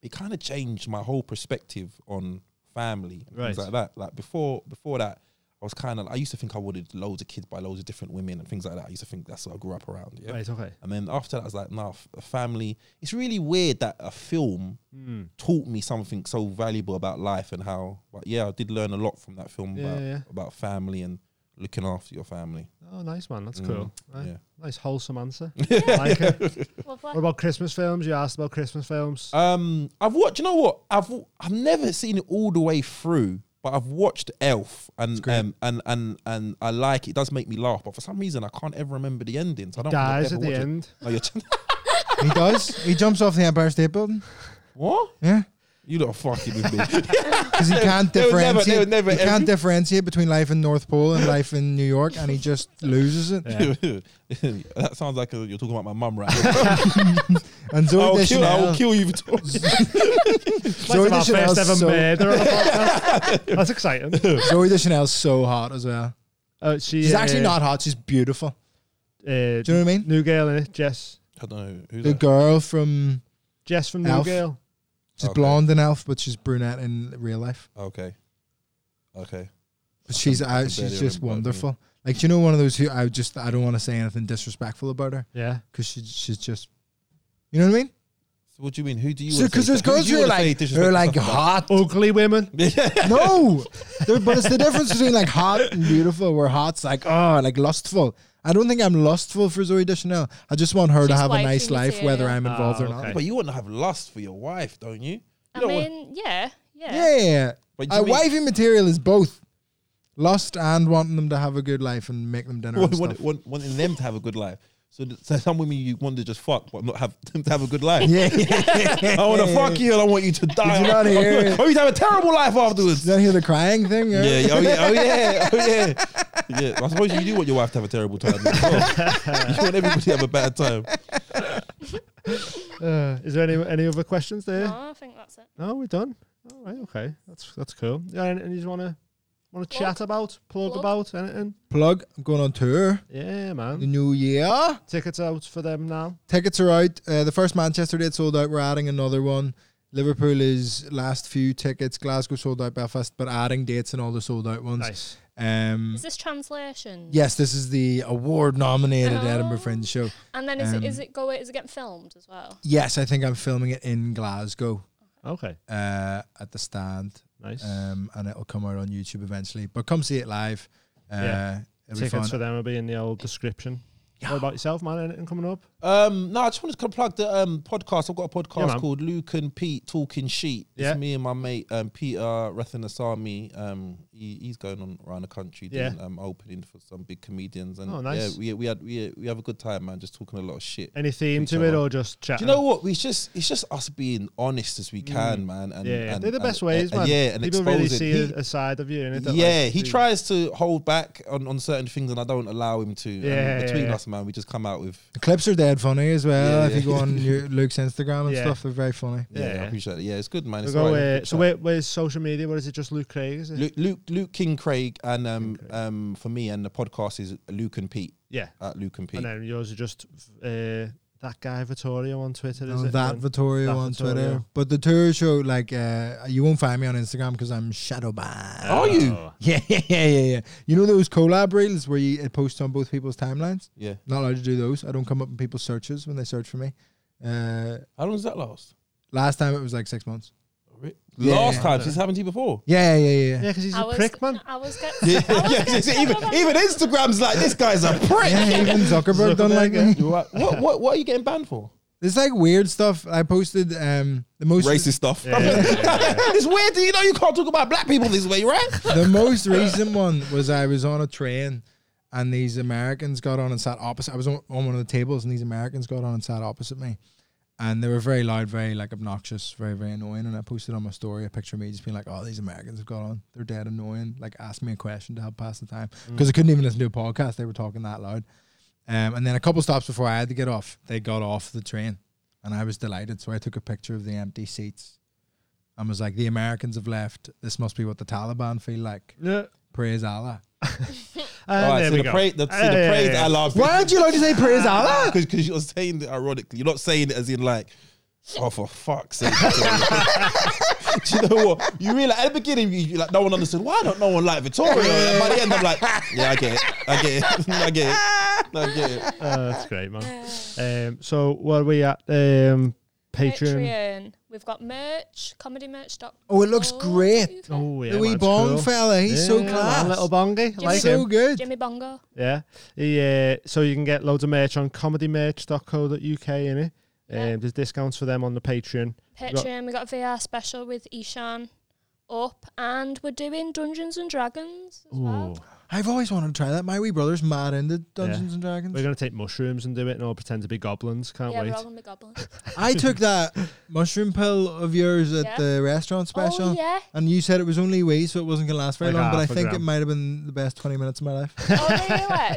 C: it kind of changed my whole perspective on family and
B: Right.
C: things like that. Like before before that, I was kind of I used to think I wanted loads of kids by loads of different women and things like that. I used to think that's what I grew up around. Yeah.
B: Right. Okay.
C: And then after that, I was like, nah, f- a family. It's really weird that a film taught me something so valuable about life and how. But yeah, I did learn a lot from that film
B: Yeah,
C: about,
B: yeah.
C: about family and looking after your family.
B: Oh, nice man. That's
C: Mm,
B: cool. Right.
C: Yeah.
B: Nice wholesome answer. I like it.
A: Lovely.
B: What about Christmas films? You asked about Christmas films.
C: Um, I've watched. You know what? I've I've never seen it all the way through, but I've watched Elf, and
D: great.
C: um, and and and I like it. It Does make me laugh, but for some reason I can't ever remember the endings. I don't think I've
B: Dies
C: ever
B: at the
C: watched it.
B: end.
C: No, you're t-
D: He does. he jumps off the Empire State Building.
C: what?
D: Yeah.
C: You don't fucking with me.
D: Because he can't
C: They would never-
D: differentiate.
C: they would never
D: he can't
C: every-
D: differentiate between life in North Pole and life in New York, and he just loses it.
C: that sounds like uh you're talking about my mum right now.
D: And Zoe
C: I'll kill.
D: Deschanel,
C: I will kill you. For
B: Like our
D: Deschanel's
B: first ever
D: so,
B: murder on the podcast. That's exciting.
D: Zoe Deschanel's so hot as well.
B: Uh, she,
D: She's
B: uh,
D: actually not hot. She's beautiful.
B: Uh,
D: Do you know what I mean?
B: New Girl in it. Jess.
C: I don't know who's
D: The
C: that?
D: girl from
B: Jess from New
D: Elf.
B: Girl.
D: she's
C: Okay.
D: blonde in Elf, but she's brunette in real life.
C: Okay, okay.
D: But she's
C: I
D: uh,
C: can barely
D: she's just
C: remember, yeah.
D: wonderful. Like do you know, one of those who I just I don't want to say anything disrespectful about her
B: Yeah.
D: because she, she's just. You know what I mean?
C: So what do you mean? Who do you? wanna
D: Because
C: say-
D: there's girls
C: do you
D: who are
C: wanna say
D: like,
C: disrespectful
D: they're like
C: stuff about?
D: hot.
B: Ugly women.
D: No, There- but it's the difference between like hot and beautiful. Where hot's like oh, like lustful. I don't think I'm lustful for Zoe Deschanel. I just want her to
A: She's
D: have a
A: wifey
D: nice life,
A: material.
D: whether I'm involved
B: Ah,
D: or not.
B: okay.
C: But you want to have lust for your wife, don't you? you
A: I
C: don't want-
A: mean, yeah, yeah.
D: Yeah, yeah, yeah.
C: But you
D: Uh,
C: mean-
D: wifey material is both lust and wanting them to have a good life and make them dinner. and
C: want,
D: stuff.
C: want, want, wanting them to have a good life. So, th- so some women you want to just fuck, but not have them to have a good life.
D: Yeah, yeah.
C: I want to fuck you, and I want you to die.
D: you not hear it?
C: Oh, you have a terrible life afterwards.
D: Did you hear the crying thing?
C: Yeah, yeah, oh yeah, oh yeah, oh yeah. Yeah, I suppose you do want your wife to have a terrible time. as well. you want everybody to have a bad time.
B: Uh, is there any any other questions there?
A: No, I think that's it.
B: No, we're done. All right, okay, that's that's cool. Yeah, and, and you just wanna wanna
A: Plug.
B: chat about, plug,
A: Plug.
B: about anything?
D: Plug. I'm going on tour.
B: Yeah,
D: The
B: man.
D: new year.
B: Tickets out for them now.
D: Tickets are out. Uh, the first Manchester date sold out. We're adding another one. Liverpool is last few tickets. Glasgow sold out. Belfast, but adding dates and all the sold out ones.
B: Nice.
D: Um,
A: Is this translation?
D: yes, this is the award-nominated
A: Oh.
D: Edinburgh Fringe show.
A: And then is
D: Um,
A: it is it go is it getting filmed as well?
D: Yes, I think I'm filming it in Glasgow
B: Okay,
D: uh, at the stand,
B: nice.
D: um, and it'll come out on YouTube eventually. But come see it live. Uh,
B: Yeah.
D: it'll be fun.
B: Tickets for them will be in the old description. What about yourself, man? Anything coming up?
C: Um, no, I just wanted to plug the um podcast. I've got a
B: Yeah,
C: podcast
B: man.
C: called Luke and Pete Talking Sheet.
B: Yeah.
C: It's me and my mate um Peter Rathanasamy. Um, he, he's going on around the country
B: Yeah.
C: doing um opening for some big comedians. And
B: Oh, nice.
C: Yeah, we we had we we have a good time, man. Just talking a lot of shit.
B: Any theme
C: Each
B: to it
C: other.
B: or just chat?
C: Do you know what? We just it's just us being honest as we can, man. And,
B: Mm. Yeah,
C: and-
B: they're the
C: and-
B: best ways,
C: and-
B: man.
C: Yeah, and
B: people really
C: exposing.
B: see
C: He-
B: a- a side of you. innit, that, like,
C: yeah, he
B: do-
C: tries to hold back on, on certain things, and I don't allow him to. And
B: Yeah,
C: between
B: yeah, yeah.
C: us, man, we just come out with.
D: The clips are dead funny as well.
C: Yeah,
D: if you
C: yeah.
D: go on your, Luke's Instagram and
B: Yeah.
D: stuff, they're very funny.
C: Yeah,
B: Yeah.
C: I appreciate it. Yeah, it's good, man.
B: We'll
C: It's
B: go,
C: all right.
B: uh, so where, where's social media? What is it? Just Luke Craig? Is it?
C: Luke, Luke, Luke King Craig, and um,
B: King Craig.
C: um, for me, and the podcast is Luke and Pete
B: Yeah.
C: at Luke and Pete.
B: And then yours are just uh, that guy Vittorio on Twitter.
D: No,
B: is it?
D: that
B: Um,
D: Vittorio
B: that
D: on Twitter.
B: Vittorio.
D: But the tour show, like, uh, you won't find me on Instagram because I'm shadow banned.
B: Oh.
C: Are you?
D: Yeah, yeah, yeah, yeah, yeah. You know those collab reels where you, it posts on both people's timelines?
C: Yeah.
D: Not allowed to do those. I don't come up in people's searches when they search for me. Uh,
C: How long does that last?
D: last time it was like six months. Yeah.
C: Last time, this happened to you before.
D: Yeah, yeah, yeah.
B: Yeah,
D: yeah.
B: because he's
A: I
B: a
A: was,
B: prick, man.
A: I was
C: Yeah,
A: getting.
C: even even Instagram's like this guy's a prick.
D: Yeah, even Zuckerberg done like
B: Zuckerberg,
D: me.
C: You're right. What what what are you getting banned for?
D: It's like weird stuff. I posted um the most
C: stuff.
B: Yeah, yeah,
C: it's weird. that You know you can't talk about black people this way, right?
D: the most recent one was I was on a train and these Americans got on and sat opposite. I was on, on one of the tables and these Americans got on and sat opposite me. And they were very loud, very like obnoxious, very, very annoying. And I posted on my story a picture of me just being like, oh, these Americans have got on. They're dead annoying. Like, ask me a question to help pass the time. Because I couldn't even listen to a podcast. They were talking that loud. Um, and then a couple stops before I had to get off, they got off the train. And I was delighted. So I took a picture of the empty seats and was like, the Americans have left. This must be what the Taliban feel like.
B: yeah.
D: Praise Allah.
B: And
C: Alright,
B: Uh, Ah, there
C: so
B: we
C: the
B: go.
C: praise, the, so
B: Yeah,
C: the
B: yeah,
C: praise
B: yeah.
C: I love.
D: Why aren't you allowed to say praise Allah?
C: Because you're saying it ironically. You're not saying it as in like, oh for fuck's sake. Do you know what? You realize at the beginning you you like no one understood. Why don't no one like Victoria? And by the end I'm like, yeah, I get it. I get it. I get it. I get it.
B: Oh, that's great, man. Um, so what are we at? Um, Patreon.
A: Patreon. We've got merch, comedy merch. dot-
D: Oh, it looks great.
B: Oh yeah,
D: the wee
B: that's
D: bong
B: cool.
D: fella, he's so
B: Yeah,
D: class.
B: man, little bongy,
A: Jimmy-
B: like
D: so
B: him.
D: good.
A: Jimmy Bongo.
B: Yeah, he, uh, so you can get loads of merch on comedymerch.co.uk in it.
A: Yeah.
B: Um, there's discounts for them on the Patreon.
A: Patreon. We got a VR special with Ishan up, and we're doing Dungeons and Dragons as well.
D: I've always wanted to try that. My wee brother's mad into Dungeons
B: Yeah.
D: and
B: We're
D: Dragons.
B: gonna take mushrooms and do it, and all pretend to be goblins. Can't
A: yeah,
B: wait.
A: we're all gonna be goblins.
D: I took that mushroom pill of yours at
A: Yeah.
D: the restaurant special.
A: Oh yeah.
D: And you said it was only wee, so it wasn't going to last very
B: Like
D: long, but I
B: half a
D: think it
B: gram.
D: might have been the best 20 minutes of my life.
A: Oh, they are.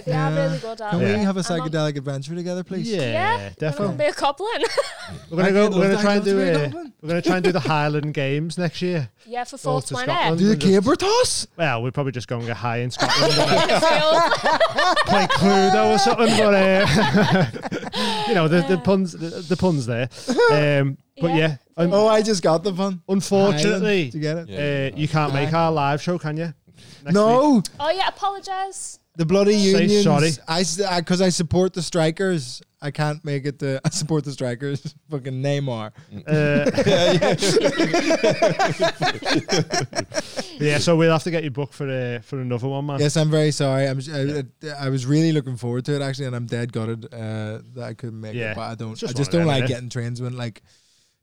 A: They
D: Yeah.
A: are really good. Aren't
D: Can
A: they?
D: we have a
A: I'm on-
D: psychedelic adventure together, please?
B: Yeah,
A: Yeah, I'm
B: definitely.
A: gonna be a goblin.
B: We're gonna
D: I
B: go.
D: love
B: We're gonna
D: that.
B: try and
D: Don't
B: do
D: we,
B: it.
D: Goblin?
B: We're gonna try and do the Highland Games next year.
A: yeah,
D: Oh,
A: for
B: Go
A: fourth
B: to
A: Scotland.
B: Scotland.
D: Do the
B: We're just-
D: caber toss?
B: Well, we're probably just going to get high in Scotland, and play Cluedo or something. But uh, you know the, the puns, the, the puns there. Um, but
A: Yeah.
B: yeah, un-
D: Oh, I just got the fun.
B: unfortunately,
D: Island. Do you get it?
B: uh, you can't make our live show, can you? Next week.
D: No,
A: Oh yeah, apologise.
D: the bloody
B: Say
D: unions.
B: sorry.
D: I because I, support the strikers. I can't make it to. I support the strikers. Fucking Neymar.
B: Uh, Uh, yeah, so we'll have to get you booked for uh, for another one, man.
D: Yes, I'm very sorry. I'm. j- I, I- I was really looking forward to it actually, and I'm dead gutted uh, that I couldn't make
B: Yeah.
D: it. But I don't.
B: It's just
D: I just
B: one
D: don't
B: of them,
D: like
B: innit?
D: getting trains when like.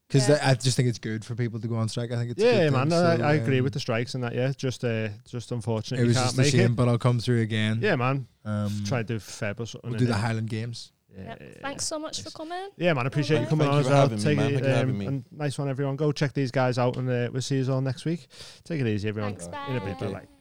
D: Because
A: Yeah.
D: I just think it's good for people to go on strike. I think it's a
B: Yeah,
D: good
B: man,
D: thing,
B: I,
D: so,
B: I agree
D: um,
B: with the strikes and that. Yeah, just uh, just unfortunate
D: It
B: you
D: was
B: can't
D: just a
B: make
D: shame,
B: it.
D: but I'll come through again.
B: Yeah, man,
D: um,
B: try to do Feb or something.
D: We'll do
B: innit?
D: the Highland Games.
B: Yeah.
A: Yep. Thanks so much for coming.
B: Yeah, man, I appreciate you
A: Alright.
B: coming
C: Thank
B: on
C: you
B: as
C: for
B: well.
C: having me,
B: Take
C: man.
B: it,
C: Thank you for having
B: um,
C: me.
B: And nice one, everyone. Go check these guys out, and uh, we'll see you all next week. Take it easy, everyone.
A: Thanks,
B: In a bit,
A: bye.
B: bye.